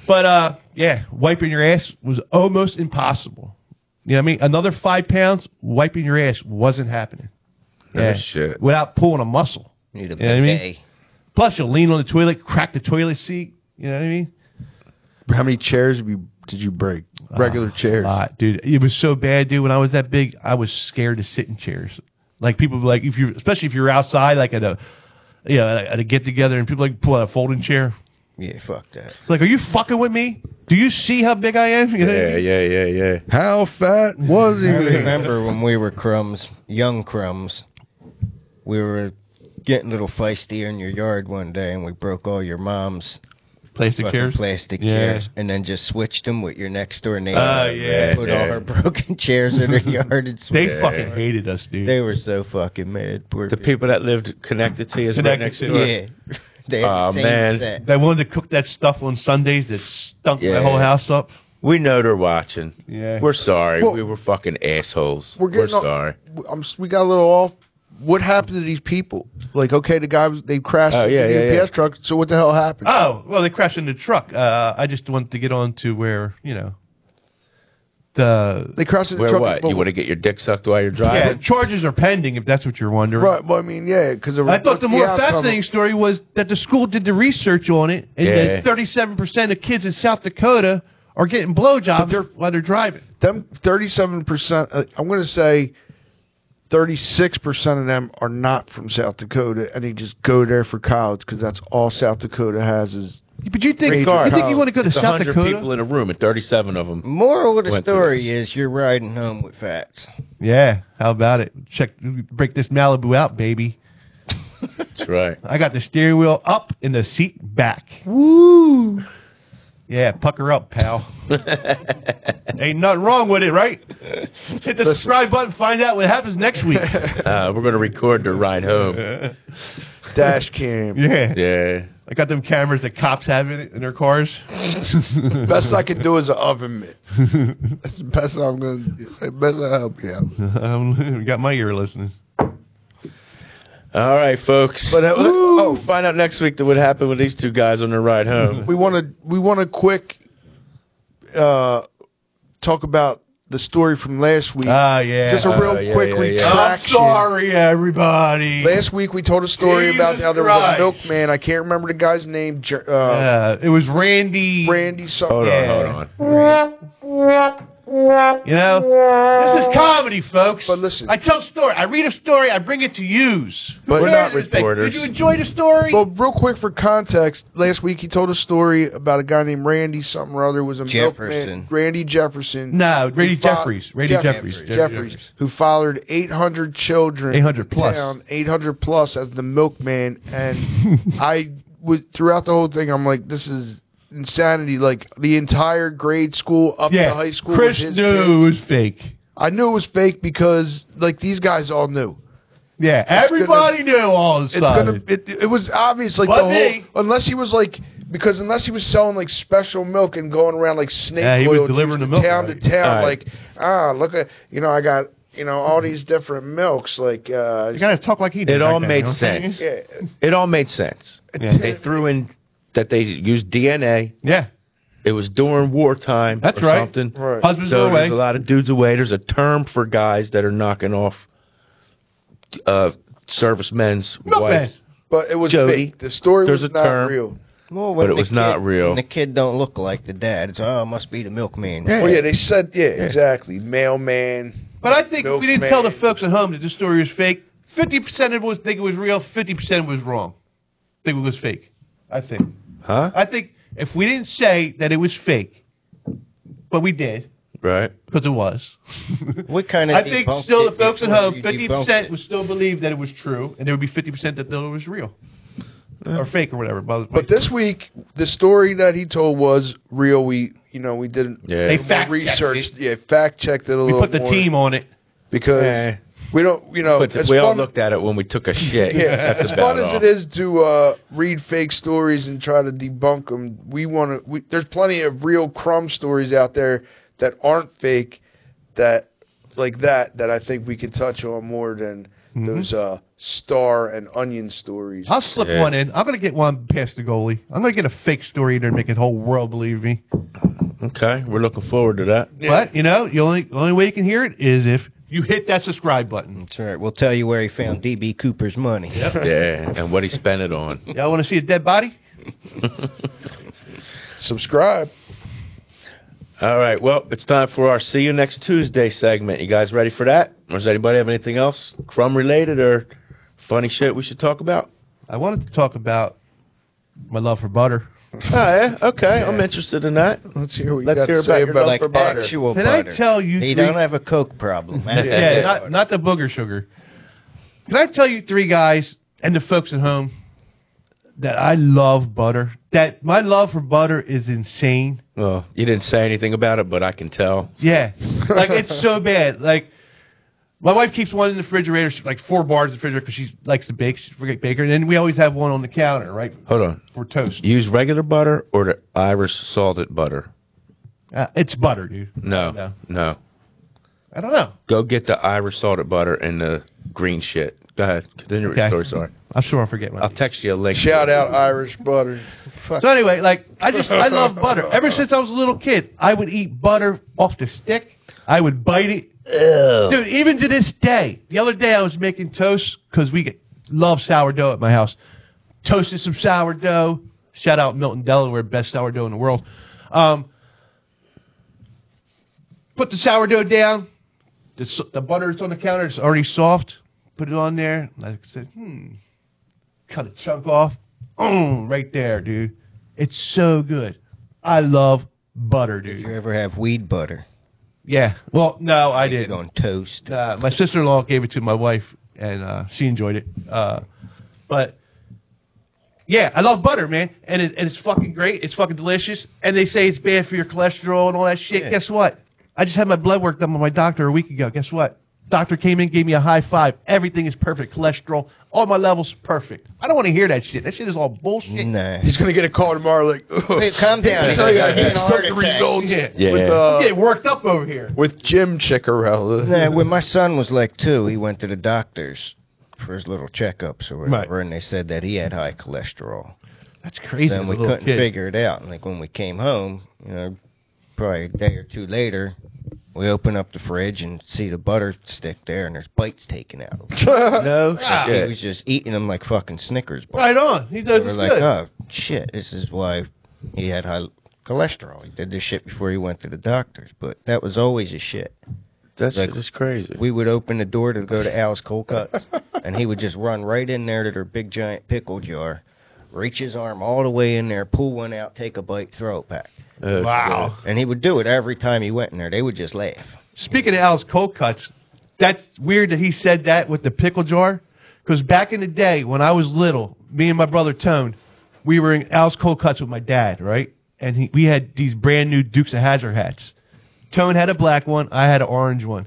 Speaker 6: But uh, yeah, wiping your ass was almost impossible. You know what I mean? Another five pounds, wiping your ass wasn't happening.
Speaker 9: Oh, shit.
Speaker 6: Without pulling a muscle.
Speaker 4: Need a
Speaker 6: You know what I mean?
Speaker 4: bidet.
Speaker 6: Plus, you'll lean on the toilet, crack the toilet seat. You know what I mean?
Speaker 10: How many chairs have you, did you break? Regular chairs.
Speaker 6: Uh, dude, it was so bad, dude. When I was that big, I was scared to sit in chairs. Like people, were like if you, especially if you're outside, like at a, you know, at a, at a get together, and people like pull out a folding chair.
Speaker 4: Yeah, fuck that.
Speaker 6: It's like, are you fucking with me? Do you see how big I am? You know what I
Speaker 9: Yeah,
Speaker 6: mean?
Speaker 9: yeah, yeah, yeah.
Speaker 10: How fat was
Speaker 4: I
Speaker 10: he?
Speaker 4: remember when we were crumbs, young crumbs, we were getting a little feisty in your yard one day and we broke all your mom's
Speaker 6: Plastic
Speaker 4: fucking
Speaker 6: chairs.
Speaker 4: plastic
Speaker 6: Yeah.
Speaker 4: chairs and then just switched them with your next door neighbor.
Speaker 6: Oh, yeah,
Speaker 4: Put
Speaker 9: yeah.
Speaker 4: all her broken chairs in her yard and
Speaker 6: They
Speaker 4: switched.
Speaker 6: fucking hated us, dude.
Speaker 4: They were so fucking mad. Poor
Speaker 9: The people that lived connected to you is right
Speaker 6: Connected
Speaker 9: next
Speaker 6: to
Speaker 9: door.
Speaker 4: Yeah. They had the
Speaker 9: Aw,
Speaker 4: same
Speaker 9: man.
Speaker 4: set.
Speaker 6: they wanted to cook that stuff on Sundays that stunk my
Speaker 9: Yeah.
Speaker 6: whole house up.
Speaker 9: We know they're watching.
Speaker 6: Yeah.
Speaker 9: We're sorry.
Speaker 10: Well-
Speaker 9: we were fucking assholes.
Speaker 10: We're
Speaker 9: We're,
Speaker 10: getting on-
Speaker 9: sorry.
Speaker 10: I'm, we got a little off. What happened to these people? Like, okay, the guy was, they crashed
Speaker 9: Oh,
Speaker 10: the
Speaker 9: yeah, yeah,
Speaker 10: UPS
Speaker 9: yeah.
Speaker 10: truck. So what the hell happened?
Speaker 6: Oh, well, they crashed in the truck. Uh, I just wanted to get on to where, you know, the
Speaker 10: they crashed into the
Speaker 9: Where
Speaker 10: truck.
Speaker 9: what?
Speaker 10: but-
Speaker 9: You want to get your dick sucked while you're
Speaker 6: yeah,
Speaker 9: driving?
Speaker 6: charges are pending, if that's what you're wondering.
Speaker 10: Right. Well, I mean, yeah, because
Speaker 6: I thought the more fascinating story was that the school did the research on it, and
Speaker 9: Yeah.
Speaker 6: that 37% of kids in South Dakota are getting blowjobs while they're driving.
Speaker 10: Them thirty-seven percent. uh, I'm going to say thirty-six percent of them are not from South Dakota, and they just go there for college because that's all South Dakota has is
Speaker 6: But you think,
Speaker 10: Major
Speaker 6: you, think you
Speaker 10: college.
Speaker 6: want to go to
Speaker 9: It's
Speaker 6: South
Speaker 9: 100
Speaker 6: Dakota? Mm.
Speaker 9: people in a room and 37 of them.
Speaker 4: Moral of the
Speaker 9: Went through
Speaker 4: story
Speaker 9: this.
Speaker 4: is you're riding home with fats.
Speaker 6: Yeah, how about it? Check, break this Malibu out, baby.
Speaker 9: That's right.
Speaker 6: I got the steering wheel up and the seat back. Woo! Yeah, pucker up, pal. Ain't nothing wrong with it, right? Hit the subscribe button, find out what happens next week.
Speaker 9: Uh, we're going to record the ride home.
Speaker 10: Dash cam.
Speaker 6: Yeah.
Speaker 9: Yeah.
Speaker 6: I got them cameras that cops have in, in their cars.
Speaker 10: Best I can do is an oven mitt. That's the best I'm gonna. do. Best I help you out.
Speaker 6: Um, got my ear listening.
Speaker 9: All right, folks.
Speaker 10: But uh,
Speaker 9: We'll
Speaker 10: oh,
Speaker 9: find out next week that what happened with these two guys on their ride home.
Speaker 10: we want to we want to quick uh, talk about the story from last week.
Speaker 6: Ah, yeah.
Speaker 10: Just a real
Speaker 9: uh, yeah,
Speaker 10: quick
Speaker 9: yeah, yeah.
Speaker 6: I'm
Speaker 10: retraction.
Speaker 6: sorry, everybody.
Speaker 10: Last week we told a story
Speaker 6: Jesus
Speaker 10: about how there
Speaker 6: Christ.
Speaker 10: was a milkman. I can't remember the guy's name. Jer- Uh,
Speaker 6: Uh, it was Randy.
Speaker 10: Randy something.
Speaker 9: Hold
Speaker 6: Yeah.
Speaker 9: on, hold on.
Speaker 6: You know, this is comedy, folks.
Speaker 10: Oh. But listen.
Speaker 6: I tell story. I read a story. I bring it to yous. Who
Speaker 10: But- We're
Speaker 6: cares
Speaker 9: not
Speaker 6: if they-
Speaker 9: reporters.
Speaker 6: Did you enjoy the story?
Speaker 10: Well, real quick for context, last week he told a story about a guy named Randy something or other was a
Speaker 4: Jefferson.
Speaker 10: milkman. Randy Jefferson.
Speaker 6: no, Randy
Speaker 10: Fo-
Speaker 6: Jeffries. Randy
Speaker 10: Jeff-
Speaker 6: Jeffries. Jeff-
Speaker 10: Jeffries, who fathered 800 children.
Speaker 6: 800 plus.
Speaker 10: Down, 800 plus as the milkman. And I was, throughout the whole thing, I'm like, this is insanity. Like, the entire grade school up
Speaker 6: Yeah.
Speaker 10: to high school. was
Speaker 6: Chris
Speaker 10: his
Speaker 6: knew it
Speaker 10: kids.
Speaker 6: was fake.
Speaker 10: I knew it was fake because, like, these guys all knew.
Speaker 6: Yeah, everybody knew all of a
Speaker 10: It's gonna.
Speaker 6: sudden.
Speaker 10: It, it was obvious, like
Speaker 6: But
Speaker 10: the whole.
Speaker 6: me.
Speaker 10: Unless he was like, because unless he was selling like special milk and going around like snake
Speaker 6: Yeah, he was
Speaker 10: oil,
Speaker 6: delivering
Speaker 10: juice
Speaker 6: the milk,
Speaker 10: town
Speaker 6: right.
Speaker 10: to town,
Speaker 9: All right.
Speaker 10: like ah, look at you know, I got you know all these different milks, like uh,
Speaker 6: You gotta talk like he did.
Speaker 9: It
Speaker 6: back
Speaker 9: all
Speaker 6: then,
Speaker 9: made
Speaker 6: you know what I'm saying?
Speaker 9: sense.
Speaker 10: yeah,
Speaker 9: It all made sense.
Speaker 6: Yeah.
Speaker 9: They threw in that they used DNA.
Speaker 6: Yeah.
Speaker 9: It was during wartime
Speaker 6: That's
Speaker 9: or
Speaker 6: right.
Speaker 9: something.
Speaker 10: Right.
Speaker 6: Husbands
Speaker 9: so
Speaker 6: were away.
Speaker 9: there's a lot of dudes away. There's a term for guys that are knocking off uh, servicemen's
Speaker 6: Milkman.
Speaker 9: wives.
Speaker 10: but it was
Speaker 9: Jody,
Speaker 10: fake. The story
Speaker 9: there's
Speaker 10: was
Speaker 9: a
Speaker 10: not
Speaker 9: term.
Speaker 10: real.
Speaker 4: Well, when
Speaker 9: But it
Speaker 4: the
Speaker 9: was not
Speaker 4: kid-
Speaker 9: real.
Speaker 4: when the kid don't look like the dad. It's oh, it must be the milkman.
Speaker 10: Oh yeah, they said yeah, exactly, mailman.
Speaker 6: But I think if we didn't tell the
Speaker 10: Milkman.
Speaker 6: folks at home that this story was fake, 50% of them would think it was real, 50% was wrong. think it was fake. I think.
Speaker 9: Huh?
Speaker 6: I think if we didn't say that it was fake, but we did,
Speaker 9: Right.
Speaker 6: because it was.
Speaker 4: We kind of.
Speaker 6: I think still the folks at home, 50% would still believe that it was true, and there would be 50% that thought it was real. Or fake or whatever. By the
Speaker 10: But this week, the story that he told was real. We, you know, we didn't.
Speaker 9: Yeah.
Speaker 6: They
Speaker 10: we
Speaker 6: fact-checked
Speaker 10: researched.
Speaker 6: it.
Speaker 10: Yeah, fact checked it a
Speaker 6: we
Speaker 10: little.
Speaker 6: put the
Speaker 10: more
Speaker 6: team on it.
Speaker 10: because
Speaker 9: Eh.
Speaker 10: we don't. You know,
Speaker 9: But
Speaker 10: as
Speaker 9: we all
Speaker 10: fun-
Speaker 9: looked at it when we took a shit.
Speaker 10: Yeah,
Speaker 9: That's
Speaker 10: as
Speaker 9: about
Speaker 10: fun as
Speaker 9: all.
Speaker 10: it is to uh, read fake stories and try to debunk them, we want to. We, there's plenty of real crumb stories out there that aren't fake, that like that that I think we could touch on more than
Speaker 6: Mm-hmm.
Speaker 10: those uh, star and onion stories.
Speaker 6: I'll slip
Speaker 9: Yeah.
Speaker 6: one in. I'm going to get one past the goalie. I'm going to get a fake story in there and make the whole world believe me.
Speaker 9: Okay, we're looking forward to that.
Speaker 6: But you know, the only the only way you can hear it is if you hit that subscribe button.
Speaker 4: That's right. We'll tell you where he found DB Cooper's money.
Speaker 9: Yeah, and what he spent it on.
Speaker 6: Y'all want to see a dead body?
Speaker 10: Subscribe.
Speaker 9: All right, well, it's time for our see you next Tuesday segment. You guys ready for that? Or does anybody have anything else crumb related or funny shit we should talk about?
Speaker 6: I wanted to talk about my love for butter.
Speaker 9: Oh, yeah, okay, I'm interested in that.
Speaker 10: Let's hear what you
Speaker 9: Let's
Speaker 10: got to
Speaker 9: hear about
Speaker 10: say
Speaker 9: your
Speaker 10: about
Speaker 9: love
Speaker 4: Like
Speaker 9: for butter.
Speaker 4: actual
Speaker 6: Can I
Speaker 4: butter.
Speaker 6: tell you
Speaker 4: He
Speaker 6: three-
Speaker 4: don't have a coke problem.
Speaker 6: Yeah, not not the booger sugar. Can I tell you three guys and the folks at home that I love butter? That my love for butter is insane.
Speaker 9: Well, you didn't say anything about it, but I can tell.
Speaker 6: Yeah, like it's so bad. Like my wife keeps one in the refrigerator, she's like four bars in the refrigerator because she likes to bake. She's a great baker, and then we always have one on the counter, right,
Speaker 9: Hold on.
Speaker 6: for toast.
Speaker 9: Use regular butter or the Irish salted butter?
Speaker 6: Uh, it's butter, dude.
Speaker 9: No,
Speaker 6: No.
Speaker 9: no.
Speaker 6: I don't know.
Speaker 9: Go get the Irish salted butter and the green shit. Go ahead. Continue your
Speaker 6: Okay.
Speaker 9: story, sorry.
Speaker 6: I'm sure I'll forget
Speaker 9: I'll
Speaker 6: one.
Speaker 9: text you a link.
Speaker 10: Shout out Irish butter.
Speaker 6: So anyway, like I just I love butter. Ever since I was a little kid, I would eat butter off the stick. I would bite it, dude. Even to this day, the other day I was making toast because we get- love sourdough at my house. Toasted some sourdough. Shout out Milton, Delaware, best sourdough in the world. Um, put the sourdough down. The, s- the butter that's on the counter is already soft. Put it on there. I said, hmm, cut a chunk off. Mm, right there, dude. It's so good. I love butter,
Speaker 4: Did
Speaker 6: dude.
Speaker 4: you ever have weed butter?
Speaker 6: Yeah. Well, no, I
Speaker 4: You're
Speaker 6: didn't.
Speaker 4: going toast.
Speaker 6: Uh, my sister in law gave it to my wife, and uh, she enjoyed it. Uh, but Yeah, I love butter, man, and, it, and it's fucking great. It's fucking delicious, and they say it's bad for your cholesterol and all that shit.
Speaker 9: Yeah.
Speaker 6: Guess what? I just had my blood work done by my doctor a week ago. Guess what? Doctor came in, gave me a high five. Everything is perfect. Cholesterol, all my levels perfect. I don't want to hear that shit. That shit is all bullshit.
Speaker 4: Nah.
Speaker 10: He's gonna get a call tomorrow. Like,
Speaker 4: Hey, calm down.
Speaker 10: I tell you, I
Speaker 4: He's
Speaker 10: need
Speaker 4: having a heart
Speaker 10: certain
Speaker 4: attack.
Speaker 10: results
Speaker 6: Yeah.
Speaker 9: Yeah.
Speaker 10: with uh,
Speaker 6: I'm getting worked up over here.
Speaker 10: with Jim Chicarella.
Speaker 4: Nah, when my son was like two, he went to the doctor's for his little checkups or whatever,
Speaker 6: Right.
Speaker 4: and they said that he had high cholesterol.
Speaker 6: That's crazy.
Speaker 4: then
Speaker 6: as a
Speaker 4: we
Speaker 6: little
Speaker 4: couldn't
Speaker 6: kid.
Speaker 4: figure it out. And like when we came home, you know, probably a day or two later, we open up the fridge and see the butter stick there, and there's bites taken out. of it.
Speaker 9: No,
Speaker 4: He
Speaker 9: shit.
Speaker 4: was just eating them like fucking Snickers bars.
Speaker 6: Right on. He does
Speaker 4: We're
Speaker 6: this
Speaker 4: like,
Speaker 6: good.
Speaker 4: oh shit, this is why he had high cholesterol. He did this shit before he went to the doctors, but that was always his shit.
Speaker 9: That's
Speaker 4: Like-
Speaker 9: just crazy.
Speaker 4: We would open the door to go to Al's Cold Cuts, and he would just run right in there to their big giant pickle jar, reach his arm all the way in there, pull one out, take a bite, throw it back.
Speaker 9: Oh,
Speaker 6: Wow.
Speaker 4: And he would do it every time he went in there. They would just laugh.
Speaker 6: Speaking of Al's cold cuts, that's weird that he said that with the pickle jar. Because back in the day, when I was little, me and my brother Tone, we were in Al's cold cuts with my dad, right? And he, we had these brand new Dukes of Hazard hats. Tone had a black one, I had an orange one.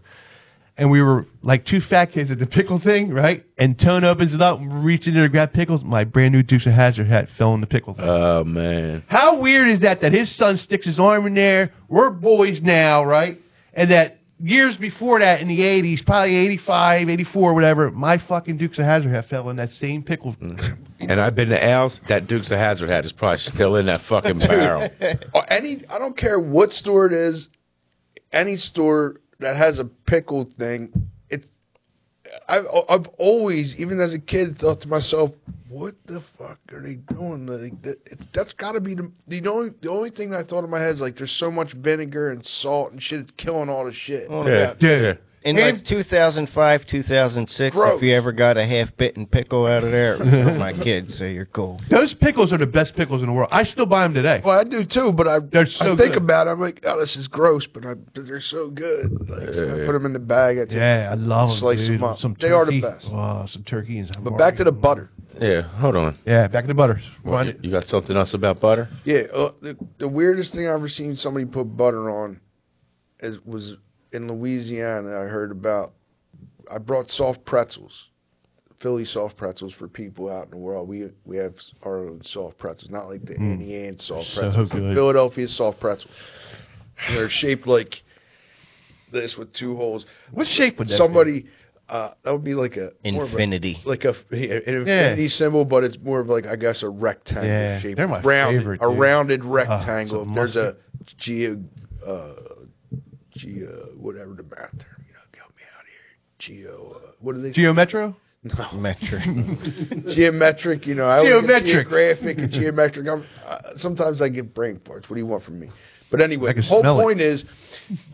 Speaker 6: And we were like two fat kids at the pickle thing, right? And Tone opens it up, reaches in there to grab pickles. My brand new Dukes of Hazard hat fell in the pickle thing.
Speaker 9: shit. Oh man.
Speaker 6: How weird is that that his son sticks his arm in there? We're boys now, right? And that years before that in the 80s, probably 85, 84, whatever, my fucking Dukes of Hazzard hat fell in that same pickle.
Speaker 10: Mm.
Speaker 9: And I've been to Al's. That Dukes of Hazard hat is probably still in that fucking barrel.
Speaker 10: Or Uh, any I don't care what store it is, any store that has a pickle thing, it's I've I've always, even as a kid, thought to myself, "What the fuck are they doing?" Like that, it's, that's got to be the the only the only thing that I thought in my head is like, there's so much vinegar and salt and shit, it's killing all the shit.
Speaker 4: Well,
Speaker 9: Oh, yeah.
Speaker 6: Dude.
Speaker 4: In like 2005, 2006,
Speaker 10: Gross.
Speaker 4: if you ever got a half bitten pickle out of there, it was for my kids, so you're cool.
Speaker 6: Those pickles are the best pickles in the world. I still buy them today.
Speaker 10: Well, I do too, but I,
Speaker 6: They're so
Speaker 10: I think
Speaker 6: good.
Speaker 10: about it. I'm like, oh, this is gross, but I, but they're so good. Like, so I put them in the bag. I take-
Speaker 6: Yeah, I love them.
Speaker 10: Slice
Speaker 6: dude.
Speaker 10: them up.
Speaker 6: Some
Speaker 10: They are the
Speaker 6: turkey.
Speaker 10: best.
Speaker 6: Oh, some turkey and some
Speaker 10: But back to the butter.
Speaker 9: Yeah. Hold on.
Speaker 6: Yeah, back to the butter.
Speaker 9: What,
Speaker 6: Run
Speaker 9: you,
Speaker 6: it.
Speaker 9: you got something else about butter?
Speaker 10: Yeah, uh, the, the weirdest thing I ever seen somebody put butter on is was in Louisiana. I heard about. I brought soft pretzels, Philly soft pretzels for people out in the world. We we have our own soft pretzels, not like the Annie Ann soft
Speaker 6: Hmm. So
Speaker 10: pretzels.
Speaker 6: good.
Speaker 10: Philadelphia soft pretzels. They're shaped like this with two holes.
Speaker 6: What shape would that be?
Speaker 10: Somebody. Uh, that would be like a more of a-
Speaker 4: Infinity.
Speaker 10: like a an infinity symbol, but it's more of like I guess a rectangle
Speaker 6: Yeah,
Speaker 10: shape.
Speaker 6: they're my
Speaker 10: rounded,
Speaker 6: favorite,
Speaker 10: a
Speaker 6: dude.
Speaker 10: rounded
Speaker 6: Oh,
Speaker 10: rectangle.
Speaker 6: it's a
Speaker 10: if there's a geo, uh, geo, whatever the math term, you know, help me out here. Geo, uh, what are they?
Speaker 6: Geo Metro?
Speaker 4: Metric.
Speaker 10: geometric, you know. I always get
Speaker 6: Geometric.
Speaker 10: geographic, and geometric. I'm, uh, sometimes I get brain parts. What do you want from me? But anyway,
Speaker 6: I can
Speaker 10: the whole
Speaker 6: smell it.
Speaker 10: point is,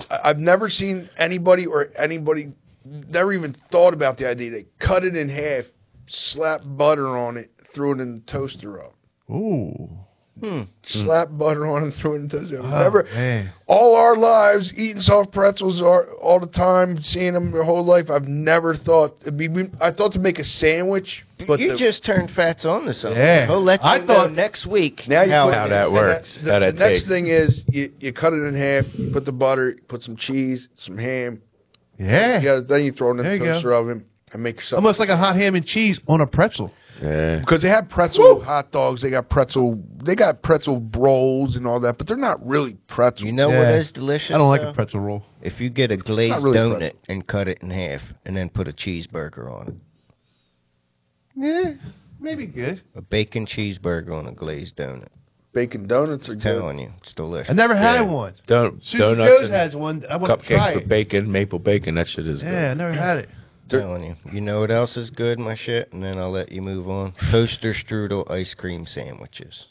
Speaker 10: I- I've never seen anybody or anybody never even thought about the idea. They cut it in half, slap butter on it, threw it in the toaster oven.
Speaker 6: Ooh. Hmm.
Speaker 10: Slap butter on and threw it in the toaster oven.
Speaker 6: Oh,
Speaker 10: Never.
Speaker 6: man.
Speaker 10: All our lives eating soft pretzels are, all the time, seeing them your whole life. I've never thought. I mean, we- I thought to make a sandwich, but
Speaker 4: you
Speaker 10: the,
Speaker 4: just turned fats on to something.
Speaker 6: Yeah.
Speaker 4: We'll let you
Speaker 6: I
Speaker 4: know
Speaker 6: thought-
Speaker 4: next week
Speaker 10: Now you
Speaker 4: how
Speaker 10: put-
Speaker 9: How that
Speaker 10: and
Speaker 9: works,
Speaker 10: the,
Speaker 9: how
Speaker 10: the
Speaker 9: that
Speaker 10: next
Speaker 9: takes.
Speaker 10: thing is you, you cut it in half, you put the butter, you put some cheese, some ham. You
Speaker 6: Yeah.
Speaker 10: got, then Eh. you throw it in the
Speaker 6: There you go.
Speaker 10: toaster oven and make yourself.
Speaker 6: Almost like a hot ham and cheese on a pretzel.
Speaker 9: Yeah.
Speaker 10: because they have pretzel hot dogs, they got pretzel, they got pretzel rolls and all that, but they're not really pretzel.
Speaker 4: You know
Speaker 6: Yeah.
Speaker 4: what is delicious?
Speaker 6: I don't like
Speaker 4: though?
Speaker 6: a pretzel roll.
Speaker 4: If you get a glazed
Speaker 10: really
Speaker 4: donut
Speaker 10: pretzel.
Speaker 4: and cut it in half and then put a cheeseburger on it,
Speaker 6: Yeah, maybe good.
Speaker 4: a bacon cheeseburger on a glazed donut.
Speaker 10: bacon donuts are
Speaker 4: I'm
Speaker 10: good.
Speaker 4: telling you, it's delicious.
Speaker 6: I never had
Speaker 9: Yeah.
Speaker 6: one.
Speaker 9: Don-
Speaker 6: Super
Speaker 9: donuts
Speaker 6: Joe's
Speaker 9: and
Speaker 6: has one. I want to try
Speaker 9: cupcakes
Speaker 6: it.
Speaker 9: with bacon, maple bacon. That shit is
Speaker 6: Yeah, I
Speaker 9: good.
Speaker 6: never had it.
Speaker 4: I'm telling you. You know what else is good, my shit? And then I'll let you move on. Toaster strudel ice cream sandwiches.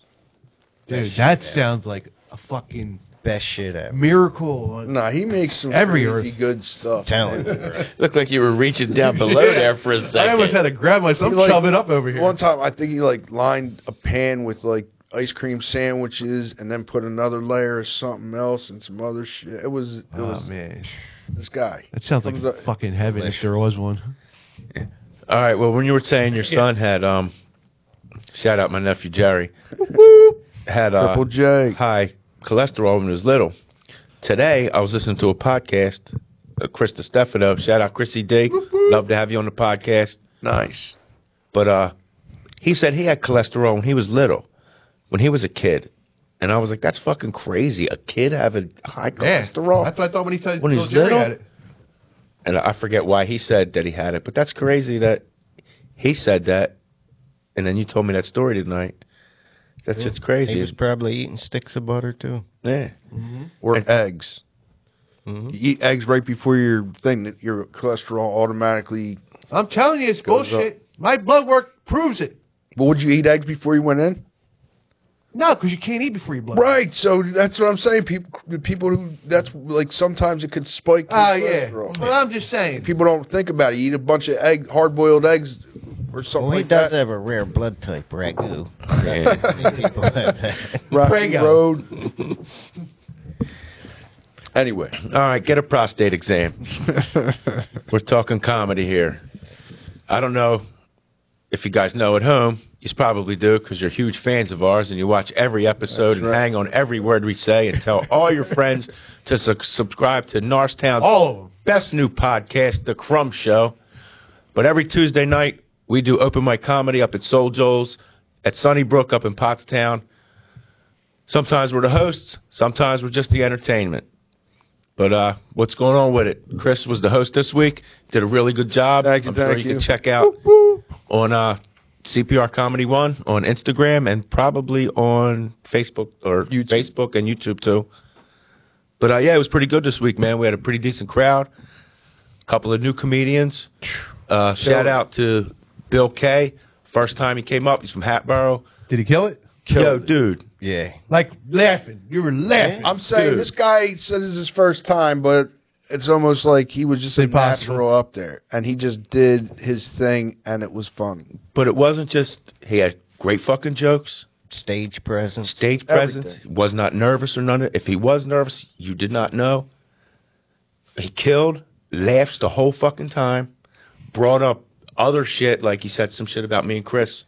Speaker 6: Dude, that sounds like a fucking
Speaker 4: Best shit ever.
Speaker 6: miracle. on-
Speaker 10: Nah, he makes some
Speaker 6: Every
Speaker 10: really good stuff.
Speaker 4: I'm telling you.
Speaker 9: Looked like you were reaching down below
Speaker 6: Yeah.
Speaker 9: there for a second.
Speaker 6: I almost had to grab myself,
Speaker 10: He, like,
Speaker 6: shove it up over here.
Speaker 10: One time, I think he like lined a pan with like ice cream sandwiches, and then put another layer of something else and some other shit. It was it
Speaker 6: Oh
Speaker 10: was
Speaker 6: man,
Speaker 10: this guy.
Speaker 6: that sounds like
Speaker 10: Comes up-
Speaker 6: fucking heaven if there was one.
Speaker 9: All right. Well, when you were saying your son had um Shout out my nephew Jerry. Had uh,
Speaker 10: Triple J.
Speaker 9: high cholesterol when he was little. Today, I was listening to a podcast, uh, Chris Stefano. Shout out Chrissy D. Love to have you on the podcast.
Speaker 10: Nice.
Speaker 9: But uh, he said he had cholesterol when he was little, when he was a kid. And I was like, that's fucking crazy. A kid having high
Speaker 6: Yeah,
Speaker 9: cholesterol.
Speaker 6: That's what I thought when he said
Speaker 9: When he's
Speaker 6: little Jerry
Speaker 9: little?
Speaker 6: had it.
Speaker 9: and I forget why he said that he had it, but that's crazy that he said that. And then you told me that story tonight. That shit's crazy.
Speaker 4: He was probably eating sticks of butter too.
Speaker 9: yeah.
Speaker 6: Mm-hmm.
Speaker 10: Or
Speaker 9: And-
Speaker 10: eggs.
Speaker 4: Mhm.
Speaker 10: You eat eggs right before your thing that your cholesterol automatically.
Speaker 6: I'm telling you, it's
Speaker 10: Goes
Speaker 6: bullshit. My blood work proves it.
Speaker 10: But would you eat eggs before you went in?
Speaker 6: No, because you can't eat before you blood.
Speaker 10: Right. So that's what I'm saying. People, the people who that's like sometimes it could spike. your
Speaker 6: Oh, yeah.
Speaker 10: cholesterol.
Speaker 6: But I'm just saying.
Speaker 10: People don't think about it. You eat a bunch of egg, hard boiled eggs, or something
Speaker 4: Well, he
Speaker 10: like
Speaker 4: does
Speaker 10: that.
Speaker 4: have a rare blood type, ragu.
Speaker 9: Yeah.
Speaker 4: People have that.
Speaker 10: Rocky
Speaker 6: Prego.
Speaker 10: Road.
Speaker 9: Anyway, all right, get a prostate exam. We're talking comedy here. I don't know if you guys know at home. You probably do because you're huge fans of ours and you watch every episode and hang on every word we say and tell all your friends to su- subscribe to Narstown's
Speaker 6: All of them.
Speaker 9: best new podcast, The Crumb Show. But every Tuesday night, we do open mic comedy up at Soul Joel's, at Sunnybrook up in Pottstown. Sometimes we're the hosts, sometimes we're just the entertainment. But uh, what's going on with it? Chris was the host this week, did a really good job.
Speaker 10: Thank you,
Speaker 9: I'm sure
Speaker 10: thank
Speaker 9: you,
Speaker 10: you.
Speaker 9: can check out on uh, CPR Comedy One on Instagram and probably on Facebook or Facebook and YouTube too. But uh, yeah, it was pretty good this week, man. We had a pretty decent crowd. A couple of new comedians. Uh, shout out to Bill Kay. First time he came up, he's from Hatboro.
Speaker 6: Did he kill it?
Speaker 9: Yo, dude.
Speaker 4: yeah.
Speaker 6: Like laughing. You were laughing.
Speaker 10: I'm saying
Speaker 9: Dude.
Speaker 10: this guy said it's his first time, but it's almost like he was just a
Speaker 6: Impossible.
Speaker 10: natural up there, and he just did his thing, and it was funny.
Speaker 9: But it wasn't just he had great fucking jokes,
Speaker 4: Stage presence.
Speaker 9: stage
Speaker 10: Everything.
Speaker 9: presence. Was not nervous or none. Of, if he was nervous, you did not know. He killed, laughs the whole fucking time. Brought up other shit like he said some shit about me and Chris.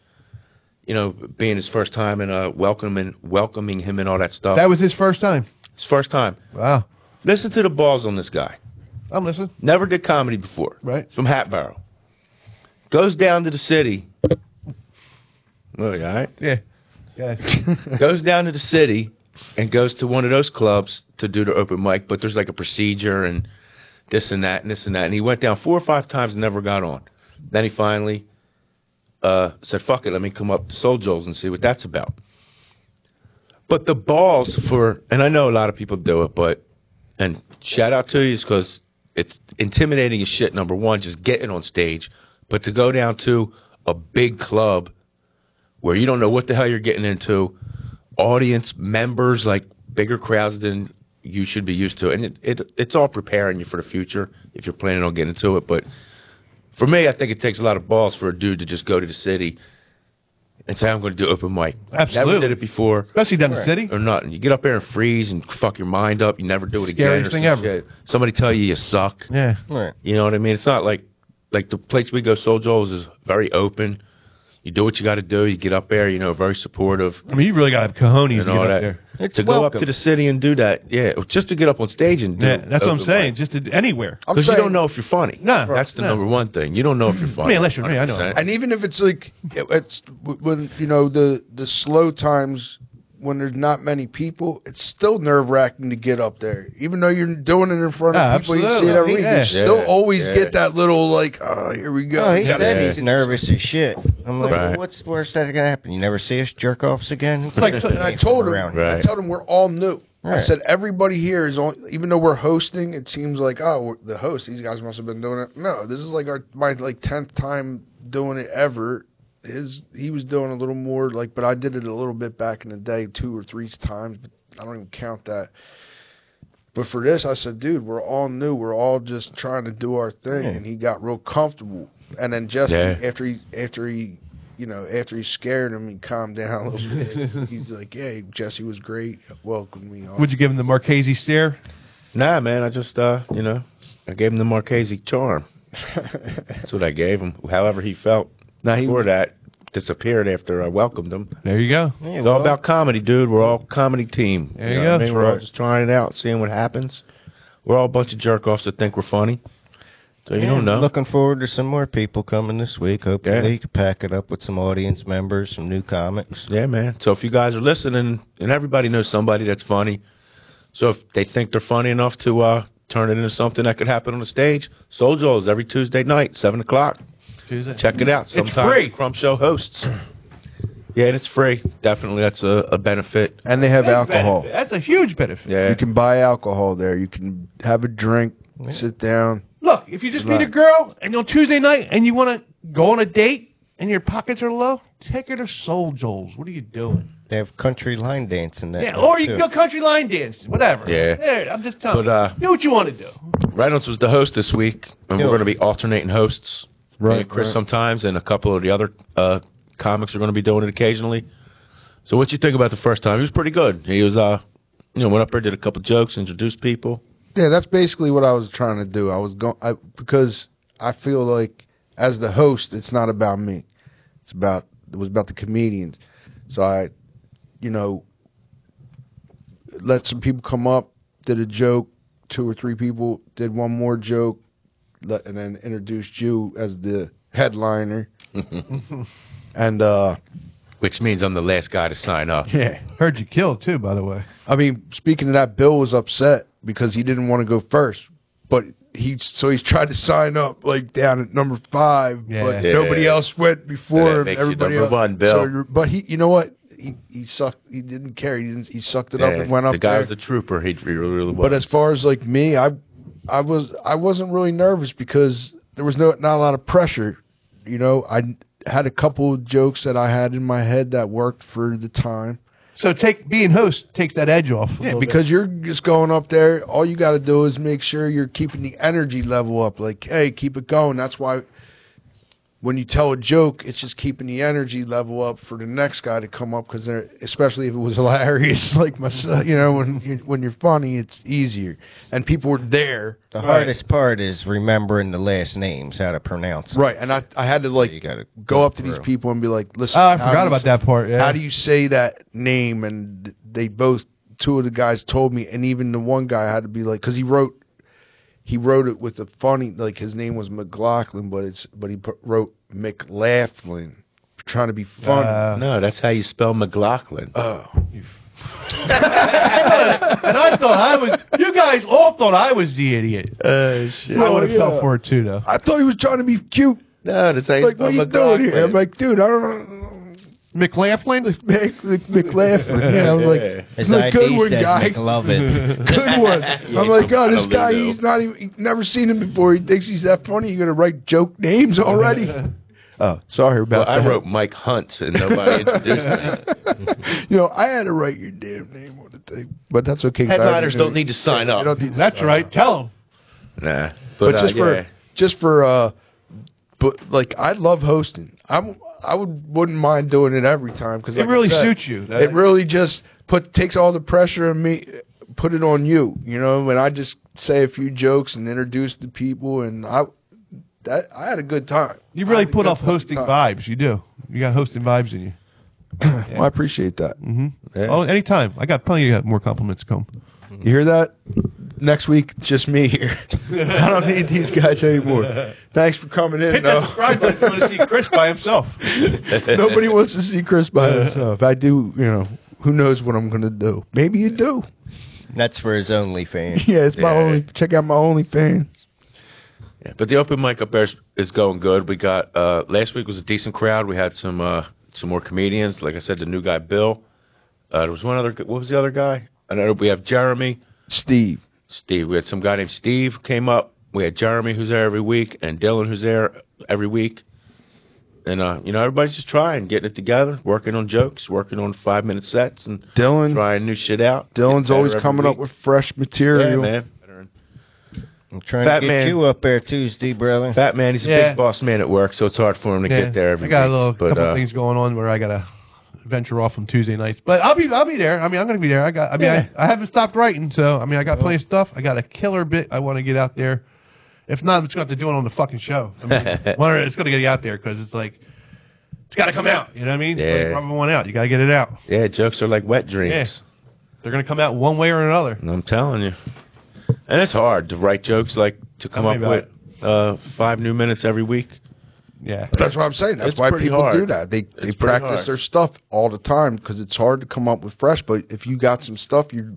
Speaker 9: You know, being his first time and uh, welcoming welcoming him and all that stuff.
Speaker 6: that was his first time.
Speaker 9: his first time.
Speaker 6: Wow.
Speaker 9: Listen to the balls on this guy.
Speaker 6: I'm listening.
Speaker 9: Never did comedy before.
Speaker 6: Right.
Speaker 9: From Hatboro. Goes down to the city. Well, you all right.
Speaker 6: Yeah. Yeah.
Speaker 9: goes down to the city and goes to one of those clubs to do the open mic, but there's like a procedure and this and that and this and that. And he went down four or five times and never got on. Then he finally uh, said, fuck it, let me come up to Soul Joel's and see what that's about. But the balls for, and I know a lot of people do it, but, and shout out to you because it's intimidating as shit, number one, just getting on stage, but to go down to a big club where you don't know what the hell you're getting into, audience members like bigger crowds than you should be used to, and it, it it's all preparing you for the future if you're planning on getting into it. But for me, I think it takes a lot of balls for a dude to just go to the city and say I'm going to do open mic. never
Speaker 6: Absolutely.
Speaker 9: did it before
Speaker 6: Especially down the city.
Speaker 9: or nothing. You get up there and freeze and fuck your mind up. You never do it again.
Speaker 6: Scariest
Speaker 9: or
Speaker 6: thing
Speaker 9: some
Speaker 6: ever.
Speaker 9: shit. Somebody tell you you suck.
Speaker 6: Yeah.
Speaker 4: Right.
Speaker 9: You know what I mean? It's not like like the place we go, Soul Joel's is very open. You do what you got to do. You get up there, you know, very supportive
Speaker 6: I mean, you really got to have cojones to
Speaker 9: and
Speaker 6: get
Speaker 9: all
Speaker 6: up
Speaker 9: that.
Speaker 6: there.
Speaker 4: It's
Speaker 9: to go up
Speaker 4: welcome.
Speaker 9: to the city and do that, yeah, or just to get up on stage and do
Speaker 6: Yeah, that's what I'm
Speaker 9: open
Speaker 6: saying.
Speaker 9: mic.
Speaker 6: Just to, anywhere.
Speaker 10: I'm
Speaker 9: Because you
Speaker 10: saying-
Speaker 9: don't know if you're funny.
Speaker 6: No,
Speaker 9: that's the
Speaker 6: no.
Speaker 9: number one thing. You don't know if you're funny.
Speaker 6: unless you're me, I know.
Speaker 9: 100%.
Speaker 10: And even if it's like it- it's when you know the the slow times when there's not many people, it's still nerve wracking to get up there. Even though you're doing it in front of
Speaker 6: Ah,
Speaker 10: people, you see it
Speaker 6: absolutely.
Speaker 10: every week.
Speaker 6: Yeah.
Speaker 10: You still
Speaker 9: Yeah.
Speaker 10: always
Speaker 9: Yeah.
Speaker 10: get that little like, oh, here we go.
Speaker 4: Oh, he
Speaker 10: Yeah.
Speaker 4: said
Speaker 9: Yeah.
Speaker 4: he's nervous as shit. I'm like,
Speaker 9: Right.
Speaker 4: well, what's the worst that's gonna happen? You never see us jerk offs again.
Speaker 6: like-
Speaker 4: Get
Speaker 6: and
Speaker 10: And I
Speaker 4: away
Speaker 10: told
Speaker 4: from
Speaker 10: him,
Speaker 4: around
Speaker 9: Right.
Speaker 4: here.
Speaker 10: I told him we're all new. I
Speaker 4: Right.
Speaker 10: said everybody here is on. Even though we're hosting, it seems like oh, we're, the host. These guys must have been doing it. No, this is like our my like tenth time doing it ever. His he was doing a little more like, but I did it a little bit back in the day, two or three times. But I don't even count that. But for this, I said, dude, we're all new. We're all just trying to do our thing.
Speaker 4: Yeah.
Speaker 10: And he got real comfortable. And then just
Speaker 9: Yeah.
Speaker 10: after he after he you know, after he scared him, he calmed down a little bit. He's like, "Hey, Jesse was great. Welcome me on."
Speaker 6: Would you give him the Marchese stare?
Speaker 9: Nah, man, I just uh, you know, I gave him the Marchese charm. That's what I gave him. However he felt
Speaker 10: now he
Speaker 9: before that, disappeared after I welcomed him.
Speaker 6: There you go.
Speaker 9: It's all about comedy, dude. We're all comedy team.
Speaker 6: There you
Speaker 9: what
Speaker 6: go.
Speaker 9: I mean?
Speaker 6: That's
Speaker 9: We're all
Speaker 6: right.
Speaker 9: just trying it out, seeing what happens. We're all a bunch of jerk offs that think we're funny. So you don't
Speaker 4: And
Speaker 9: know.
Speaker 4: Looking forward to some more people coming this week. Hopefully,
Speaker 9: Yeah.
Speaker 4: you can pack it up with some audience members, some new comics.
Speaker 9: Yeah, man. So if you guys are listening, and everybody knows somebody that's funny, so if they think they're funny enough to uh, turn it into something that could happen on the stage, Soul Joel's every Tuesday night, seven o'clock.
Speaker 6: Tuesday.
Speaker 9: Check it out. Sometimes
Speaker 6: free.
Speaker 9: Crump Show hosts. Yeah, and it's free. Definitely, that's a, a benefit.
Speaker 10: And they have alcohol.
Speaker 6: Benefit. That's a huge benefit.
Speaker 9: Yeah,
Speaker 10: You can buy alcohol there. You can have a drink, sit down.
Speaker 6: Look, if you just meet a
Speaker 10: Right.
Speaker 6: girl and on Tuesday night and you want to go on a date and your pockets are low, take her to Soul Joel's. What are you doing?
Speaker 4: They have country line dancing that.
Speaker 6: Yeah,
Speaker 4: night,
Speaker 6: or you
Speaker 4: too.
Speaker 6: can go country line dance, whatever.
Speaker 9: Yeah.
Speaker 6: There, I'm just telling
Speaker 9: But, uh,
Speaker 6: you. Do what you want to do.
Speaker 9: Reynolds was the host this week, and
Speaker 4: Yeah.
Speaker 9: we're going to be alternating hosts.
Speaker 10: Right,
Speaker 9: Me and Chris
Speaker 10: right.
Speaker 9: sometimes, and a couple of the other uh, comics are going to be doing it occasionally. So, what you think about the first time? He was pretty good. He was, uh, you know, went up there, did a couple jokes, introduced people.
Speaker 10: Yeah, that's basically what I was trying to do. I was going I, because I feel like as the host, it's not about me. It's about it was about the comedians. So I, you know, let some people come up, did a joke, two or three people did one more joke, let, and then introduced you as the headliner. and uh
Speaker 9: Which means I'm the last guy to sign up.
Speaker 10: yeah,
Speaker 6: Heard you killed too, by the way.
Speaker 10: I mean, speaking of that, Bill was upset because he didn't want to go first, but he so he's tried to sign up like down at number five,
Speaker 6: Yeah.
Speaker 10: but
Speaker 9: Yeah.
Speaker 10: nobody else went
Speaker 9: So that
Speaker 10: before him.
Speaker 9: makes you
Speaker 10: Everybody
Speaker 9: number
Speaker 10: else.
Speaker 9: one, Bill.
Speaker 10: So you're- but he, you know what? He, he sucked. He didn't care. He didn't. He sucked it up
Speaker 9: Yeah,
Speaker 10: and went up
Speaker 9: the guy
Speaker 10: there.
Speaker 9: was a trooper. He really, really was.
Speaker 10: but as far as like me, I, I was I wasn't really nervous because there was no not a lot of pressure. You know, I had a couple of jokes that I had in my head that worked for the time.
Speaker 6: So take being host takes that edge off. a
Speaker 10: Yeah,
Speaker 6: little
Speaker 10: because you're just going up there. All you got to do is make sure you're keeping the energy level up. Like, hey, keep it going. That's why when you tell a joke, it's just keeping the energy level up for the next guy to come up. Because especially if it was hilarious, like myself, you know, when you, when you're funny, it's easier. And people were there,
Speaker 4: The hardest part is remembering the last names, how to pronounce. them.
Speaker 10: right? And I I had to like
Speaker 4: You gotta
Speaker 10: go
Speaker 4: go
Speaker 10: up to these
Speaker 4: through.
Speaker 10: people and be like, listen.
Speaker 6: bit. Oh, I
Speaker 10: how
Speaker 6: forgot
Speaker 10: do you
Speaker 6: about that part. Yeah.
Speaker 10: how do you say that name? And th- they both, two of the guys told me, and even the one guy had to be like, because he wrote, he wrote it with a funny, like his name was McLaughlin, but it's, but he put, wrote McLaughlin, trying to be funny.
Speaker 6: Uh,
Speaker 9: no, that's how you spell McLaughlin.
Speaker 10: oh,
Speaker 6: and I thought I was. You guys all thought I was the idiot.
Speaker 9: shit.
Speaker 6: I would have
Speaker 10: Uh, yeah.
Speaker 6: fell for it too, though.
Speaker 10: I thought he was trying to be cute.
Speaker 9: No, that's how you
Speaker 10: Like,
Speaker 9: spell
Speaker 10: what are you doing
Speaker 9: McLaughlin.
Speaker 10: here? I'm like, dude, I don't know.
Speaker 6: McLaughlin.
Speaker 10: Mc- Mc- McLaughlin. Yeah, I'm like,
Speaker 4: His
Speaker 10: look, good
Speaker 4: ID
Speaker 10: one,
Speaker 4: says
Speaker 10: guy.
Speaker 4: McLovin.
Speaker 10: good one. I'm like,
Speaker 9: I
Speaker 10: God, this
Speaker 9: don't
Speaker 10: guy,
Speaker 9: know.
Speaker 10: he's not even, he's never seen him before. He thinks he's that funny. You're going to write joke names already? oh, sorry
Speaker 9: Well,
Speaker 10: about that.
Speaker 9: I wrote Mike Hunt, and nobody introduced me.
Speaker 10: You know, I had to write your damn name on the thing, but that's okay. 'cause I already
Speaker 9: Headliners
Speaker 10: knew.
Speaker 9: don't need to sign up.
Speaker 10: They don't need to
Speaker 6: That's
Speaker 10: sign
Speaker 6: right.
Speaker 10: up.
Speaker 6: Tell him.
Speaker 9: Nah,
Speaker 10: But,
Speaker 9: but, uh,
Speaker 10: just for,
Speaker 9: yeah.
Speaker 10: just for, uh, but like, I love hosting. I'm, I would wouldn't mind doing it every time because
Speaker 6: It really suits you. That-
Speaker 10: It really just put takes all the pressure on me, put it on you. You know, when I just say a few jokes and introduce the people, and I that I had a good time.
Speaker 6: You really
Speaker 10: I had a
Speaker 6: put
Speaker 10: good
Speaker 6: off
Speaker 10: fucking
Speaker 6: hosting
Speaker 10: time.
Speaker 6: vibes. You do. You got hosting vibes in you.
Speaker 10: Well, I appreciate that.
Speaker 9: Yeah.
Speaker 6: Oh, anytime. I got plenty of more compliments to come.
Speaker 10: You hear that? Next week, it's just me here. I don't need these guys anymore. Thanks for coming in. though.
Speaker 6: button if you want to see Chris by himself.
Speaker 10: Nobody wants to see Chris by himself. I do, you know. Who knows what I'm going to do? Maybe you do.
Speaker 4: That's for his OnlyFans.
Speaker 10: Yeah, it's my
Speaker 9: Yeah.
Speaker 10: only. Check out my OnlyFans.
Speaker 9: Yeah, but the open mic up there is, is going good. We got uh, last week was a decent crowd. We had some uh, some more comedians. Like I said, the new guy Bill. Uh, there was one other. gu- What was the other guy? I know we have Jeremy,
Speaker 10: Steve.
Speaker 9: Steve. We had some guy named Steve who came up. We had Jeremy who's there every week, and Dylan who's there every week. And uh, you know everybody's just trying, getting it together, working on jokes, working on five minute sets, and
Speaker 10: Dylan.
Speaker 9: trying new shit out.
Speaker 10: Dylan's
Speaker 9: Get better
Speaker 10: always
Speaker 9: every
Speaker 10: coming up
Speaker 9: week.
Speaker 10: with fresh
Speaker 9: yeah,
Speaker 10: material.
Speaker 9: man.
Speaker 4: I'm trying
Speaker 9: Fat
Speaker 4: to get
Speaker 9: man.
Speaker 4: you up there Tuesday, brother.
Speaker 9: Fat man, he's a
Speaker 6: Yeah.
Speaker 9: big boss man at work, so it's hard for him to
Speaker 6: Yeah,
Speaker 9: get there every
Speaker 6: I got
Speaker 9: week.
Speaker 6: a little
Speaker 9: but,
Speaker 6: couple
Speaker 9: uh,
Speaker 6: things going on where I gotta venture off on Tuesday nights. But I'll be I'll be there. I mean I'm gonna be there. I got I mean I, I haven't stopped writing, so I mean I got plenty of stuff. I got a killer bit I want to get out there. If not, I'm just gonna have to do it on the fucking show. I mean, one, it's gonna get out there because it's like It's got to come out. You know what I mean?
Speaker 9: Yeah.
Speaker 6: It's like rubbing one out. You got to get it out.
Speaker 9: Yeah, jokes are like wet dreams.
Speaker 6: Yes. They're going to come out one way or another.
Speaker 9: And I'm telling you. And it's hard to write jokes like to come
Speaker 6: me
Speaker 9: up
Speaker 6: about
Speaker 9: with uh, five new minutes every week.
Speaker 6: Yeah.
Speaker 10: That's what I'm saying. That's
Speaker 9: It's
Speaker 10: why
Speaker 9: pretty
Speaker 10: people do
Speaker 9: hard.
Speaker 10: that. They they
Speaker 9: pretty
Speaker 10: practice
Speaker 9: hard.
Speaker 10: their stuff all the time because it's hard to come up with fresh. But if you got some stuff you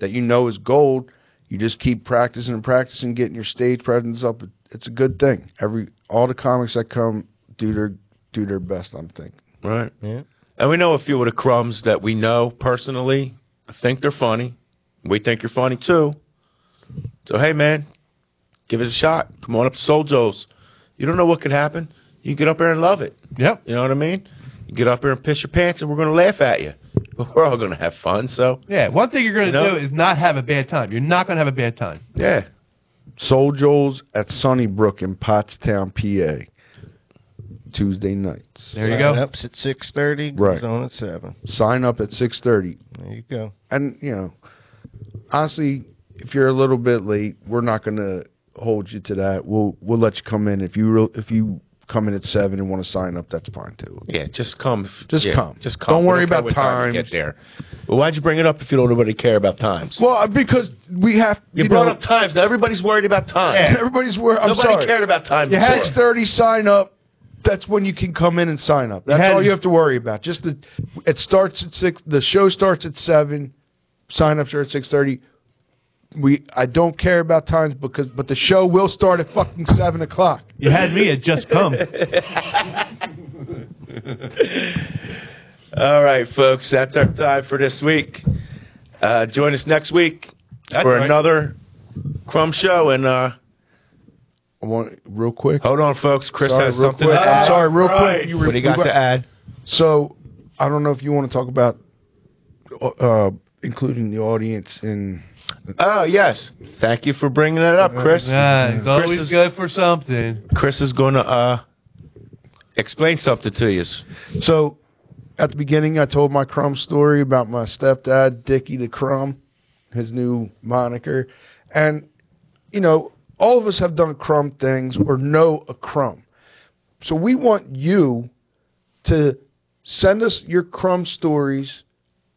Speaker 10: that you know is gold, you just keep practicing and practicing, getting your stage presence up. It's a good thing. Every all the comics that come do their do their best. I'm thinking.
Speaker 9: Right.
Speaker 4: Yeah.
Speaker 9: And we know a few of the crumbs that we know personally think they're funny. We think you're funny too. So hey man, give it a shot. Come on up to Soul Joe's. You don't know what could happen. You get up there and love it.
Speaker 6: Yep.
Speaker 9: You know what I mean? You get up there and piss your pants and we're gonna laugh at you. But we're all gonna have fun, so
Speaker 6: Yeah. One thing you're going
Speaker 9: You
Speaker 6: to
Speaker 9: know?
Speaker 6: do is not have a bad time. You're not going to have a bad time.
Speaker 9: yeah.
Speaker 10: Soul Joel's at Sunnybrook in Pottstown, PA, Tuesday nights.
Speaker 6: There you go.
Speaker 4: Ups at six thirty.
Speaker 10: Right.
Speaker 4: On at seven.
Speaker 10: Sign up at six thirty.
Speaker 4: There you go.
Speaker 10: and you know, honestly, if you're a little bit late, we're not going to hold you to that. We'll we'll let you come in if you re- if you come in at seven and want to sign up, that's fine too.
Speaker 9: Yeah, just come. f-
Speaker 10: Just
Speaker 9: yeah,
Speaker 10: come.
Speaker 9: Just come.
Speaker 10: Don't worry
Speaker 9: care
Speaker 10: about
Speaker 9: what time you
Speaker 10: times.
Speaker 9: Get there. Well, why'd you bring it up if you don't really care about times?
Speaker 10: Well, uh, because we have
Speaker 9: you,
Speaker 10: you,
Speaker 9: brought
Speaker 10: know,
Speaker 9: up times. Now everybody's worried about time.
Speaker 10: everybody's where I'm
Speaker 9: Nobody
Speaker 10: sorry.
Speaker 9: cared about time.
Speaker 10: You
Speaker 9: before.
Speaker 10: had thirty sign up. That's when you can come in and sign up. That's
Speaker 6: had-
Speaker 10: all you have to worry about. Just the it starts at six. The show starts at seven. Sign ups are at six thirty. We I don't care about times because but the show will start at fucking seven o'clock.
Speaker 6: You had me at just come.
Speaker 9: All right, folks, that's our time for this week. Uh, join us next week
Speaker 6: That's
Speaker 9: for
Speaker 6: right.
Speaker 9: another Crumb Show. And uh,
Speaker 10: I want real quick.
Speaker 9: hold on, folks, Chris
Speaker 10: Sorry,
Speaker 9: has
Speaker 10: real
Speaker 9: something.
Speaker 10: quick.
Speaker 9: to add.
Speaker 10: Sorry, real
Speaker 9: Right.
Speaker 10: quick. You were-
Speaker 9: what do you got
Speaker 10: we-
Speaker 9: to add?
Speaker 10: So I don't know if you want to talk about uh, including the audience in.
Speaker 9: Oh yes, thank you for bringing that up, Chris.
Speaker 6: Yeah, it's
Speaker 9: Chris
Speaker 6: always
Speaker 9: is-
Speaker 6: good for something.
Speaker 9: Chris is going to uh, explain something to you.
Speaker 10: So at the beginning, I told my crumb story about my stepdad, Dickie the Crumb, his new moniker, and you know all of us have done crumb things or know a crumb. So we want you to send us your crumb stories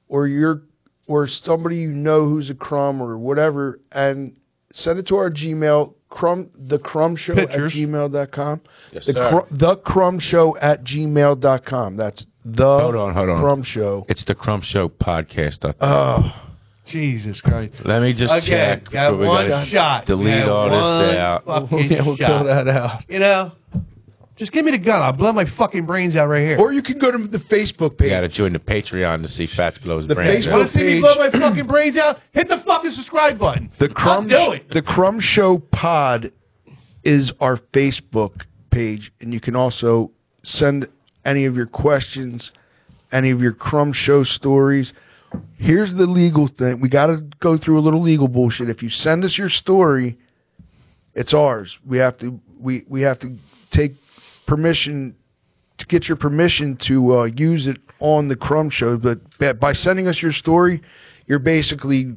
Speaker 10: or your or somebody you know who's a crumb or whatever and send it to our gmail crumb the crumb show at
Speaker 6: Pictures.
Speaker 10: gmail.com
Speaker 9: Yes,
Speaker 10: the,
Speaker 9: sir.
Speaker 10: cr- the crumb show at gmail.com that's the
Speaker 9: Hold on, hold on.
Speaker 10: crumb show
Speaker 9: It's the Crumb Show podcast. I-
Speaker 10: oh
Speaker 6: Jesus Christ.
Speaker 9: Let me just
Speaker 6: Again,
Speaker 9: check
Speaker 6: got
Speaker 9: before we
Speaker 6: one
Speaker 9: gotta
Speaker 6: shot.
Speaker 9: delete
Speaker 6: Got
Speaker 9: all
Speaker 6: one
Speaker 9: this out.
Speaker 6: fucking
Speaker 10: Oh, yeah, we'll
Speaker 6: shot.
Speaker 10: fill that out
Speaker 6: You know, just give me the gun. I'll blow my fucking brains out right here.
Speaker 10: or you can go to the facebook
Speaker 9: You
Speaker 10: page
Speaker 9: got to join the Patreon to see Fats Blow's
Speaker 10: The
Speaker 9: brand.
Speaker 10: Facebook-
Speaker 6: Want to see me blow my fucking brains out? Hit the fucking subscribe button.
Speaker 10: The crumb,
Speaker 6: I'll do it.
Speaker 10: the crumb show pod is our Facebook page, and you can also send any of your questions, any of your crumb show stories. Here's the legal thing: we got to go through a little legal bullshit. If you send us your story, it's ours. We have to we we have to take permission to get your permission to uh, use it on the crumb show. But but by sending us your story, you're basically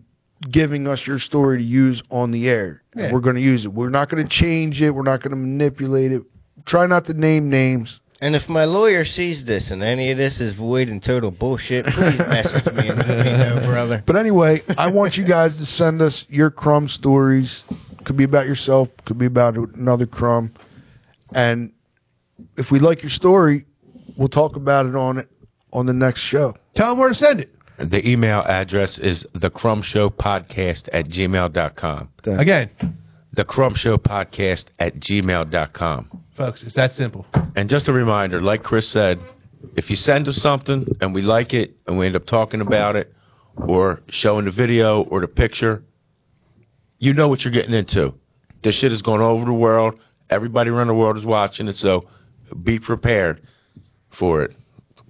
Speaker 10: giving us your story to use on the air.
Speaker 6: Yeah.
Speaker 10: We're going to use it. We're not going to change it. We're not going to manipulate it. Try not to name names.
Speaker 4: And if my lawyer sees this and any of this is void and total bullshit, please message me and let me know, brother.
Speaker 10: But anyway, I want you guys to send us your crumb stories. Could be about yourself, could be about another crumb. And if we like your story, we'll talk about it on it on the next show.
Speaker 6: Tell them where to send it.
Speaker 9: The email address is thecrumbshowpodcast at gmail.com.
Speaker 10: Thanks.
Speaker 6: Again,
Speaker 9: Thecrumbshowpodcast at gmail.com.
Speaker 6: folks, it's that simple.
Speaker 9: And just a reminder, like Chris said, if you send us something and we like it and we end up talking about it or showing the video or the picture, you know what you're getting into. This shit is going all over the world. Everybody around the world is watching it, so be prepared for it.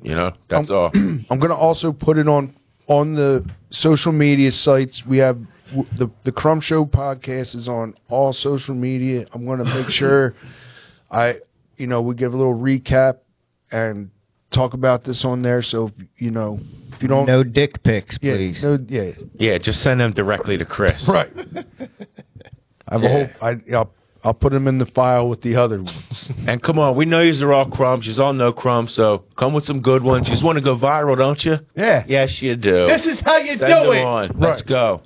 Speaker 9: You know, that's all.
Speaker 10: I'm going to also put it on on the social media sites. We have w- the the Crumb Show podcast is on all social media. I'm going to make sure I you know we give a little recap and talk about this on there. So if, you know if you don't
Speaker 4: No dick pics,
Speaker 10: yeah,
Speaker 4: please.
Speaker 10: no, yeah
Speaker 9: Yeah, just send them directly to Chris.
Speaker 10: right. I have a whole I I'll, I'll put them in the file with the other ones.
Speaker 9: And come on, we know yous are all crumbs. Yous all know crumbs, so come with some good ones. Yous want to go viral, don't you?
Speaker 6: Yeah.
Speaker 9: Yes, you do.
Speaker 6: This is how you
Speaker 9: Send
Speaker 6: do
Speaker 9: them
Speaker 6: it.
Speaker 9: on. Let's go.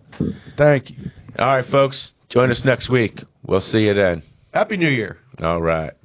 Speaker 10: Thank you.
Speaker 9: All right, folks. Join us next week. We'll see you then.
Speaker 6: Happy New Year.
Speaker 9: All right.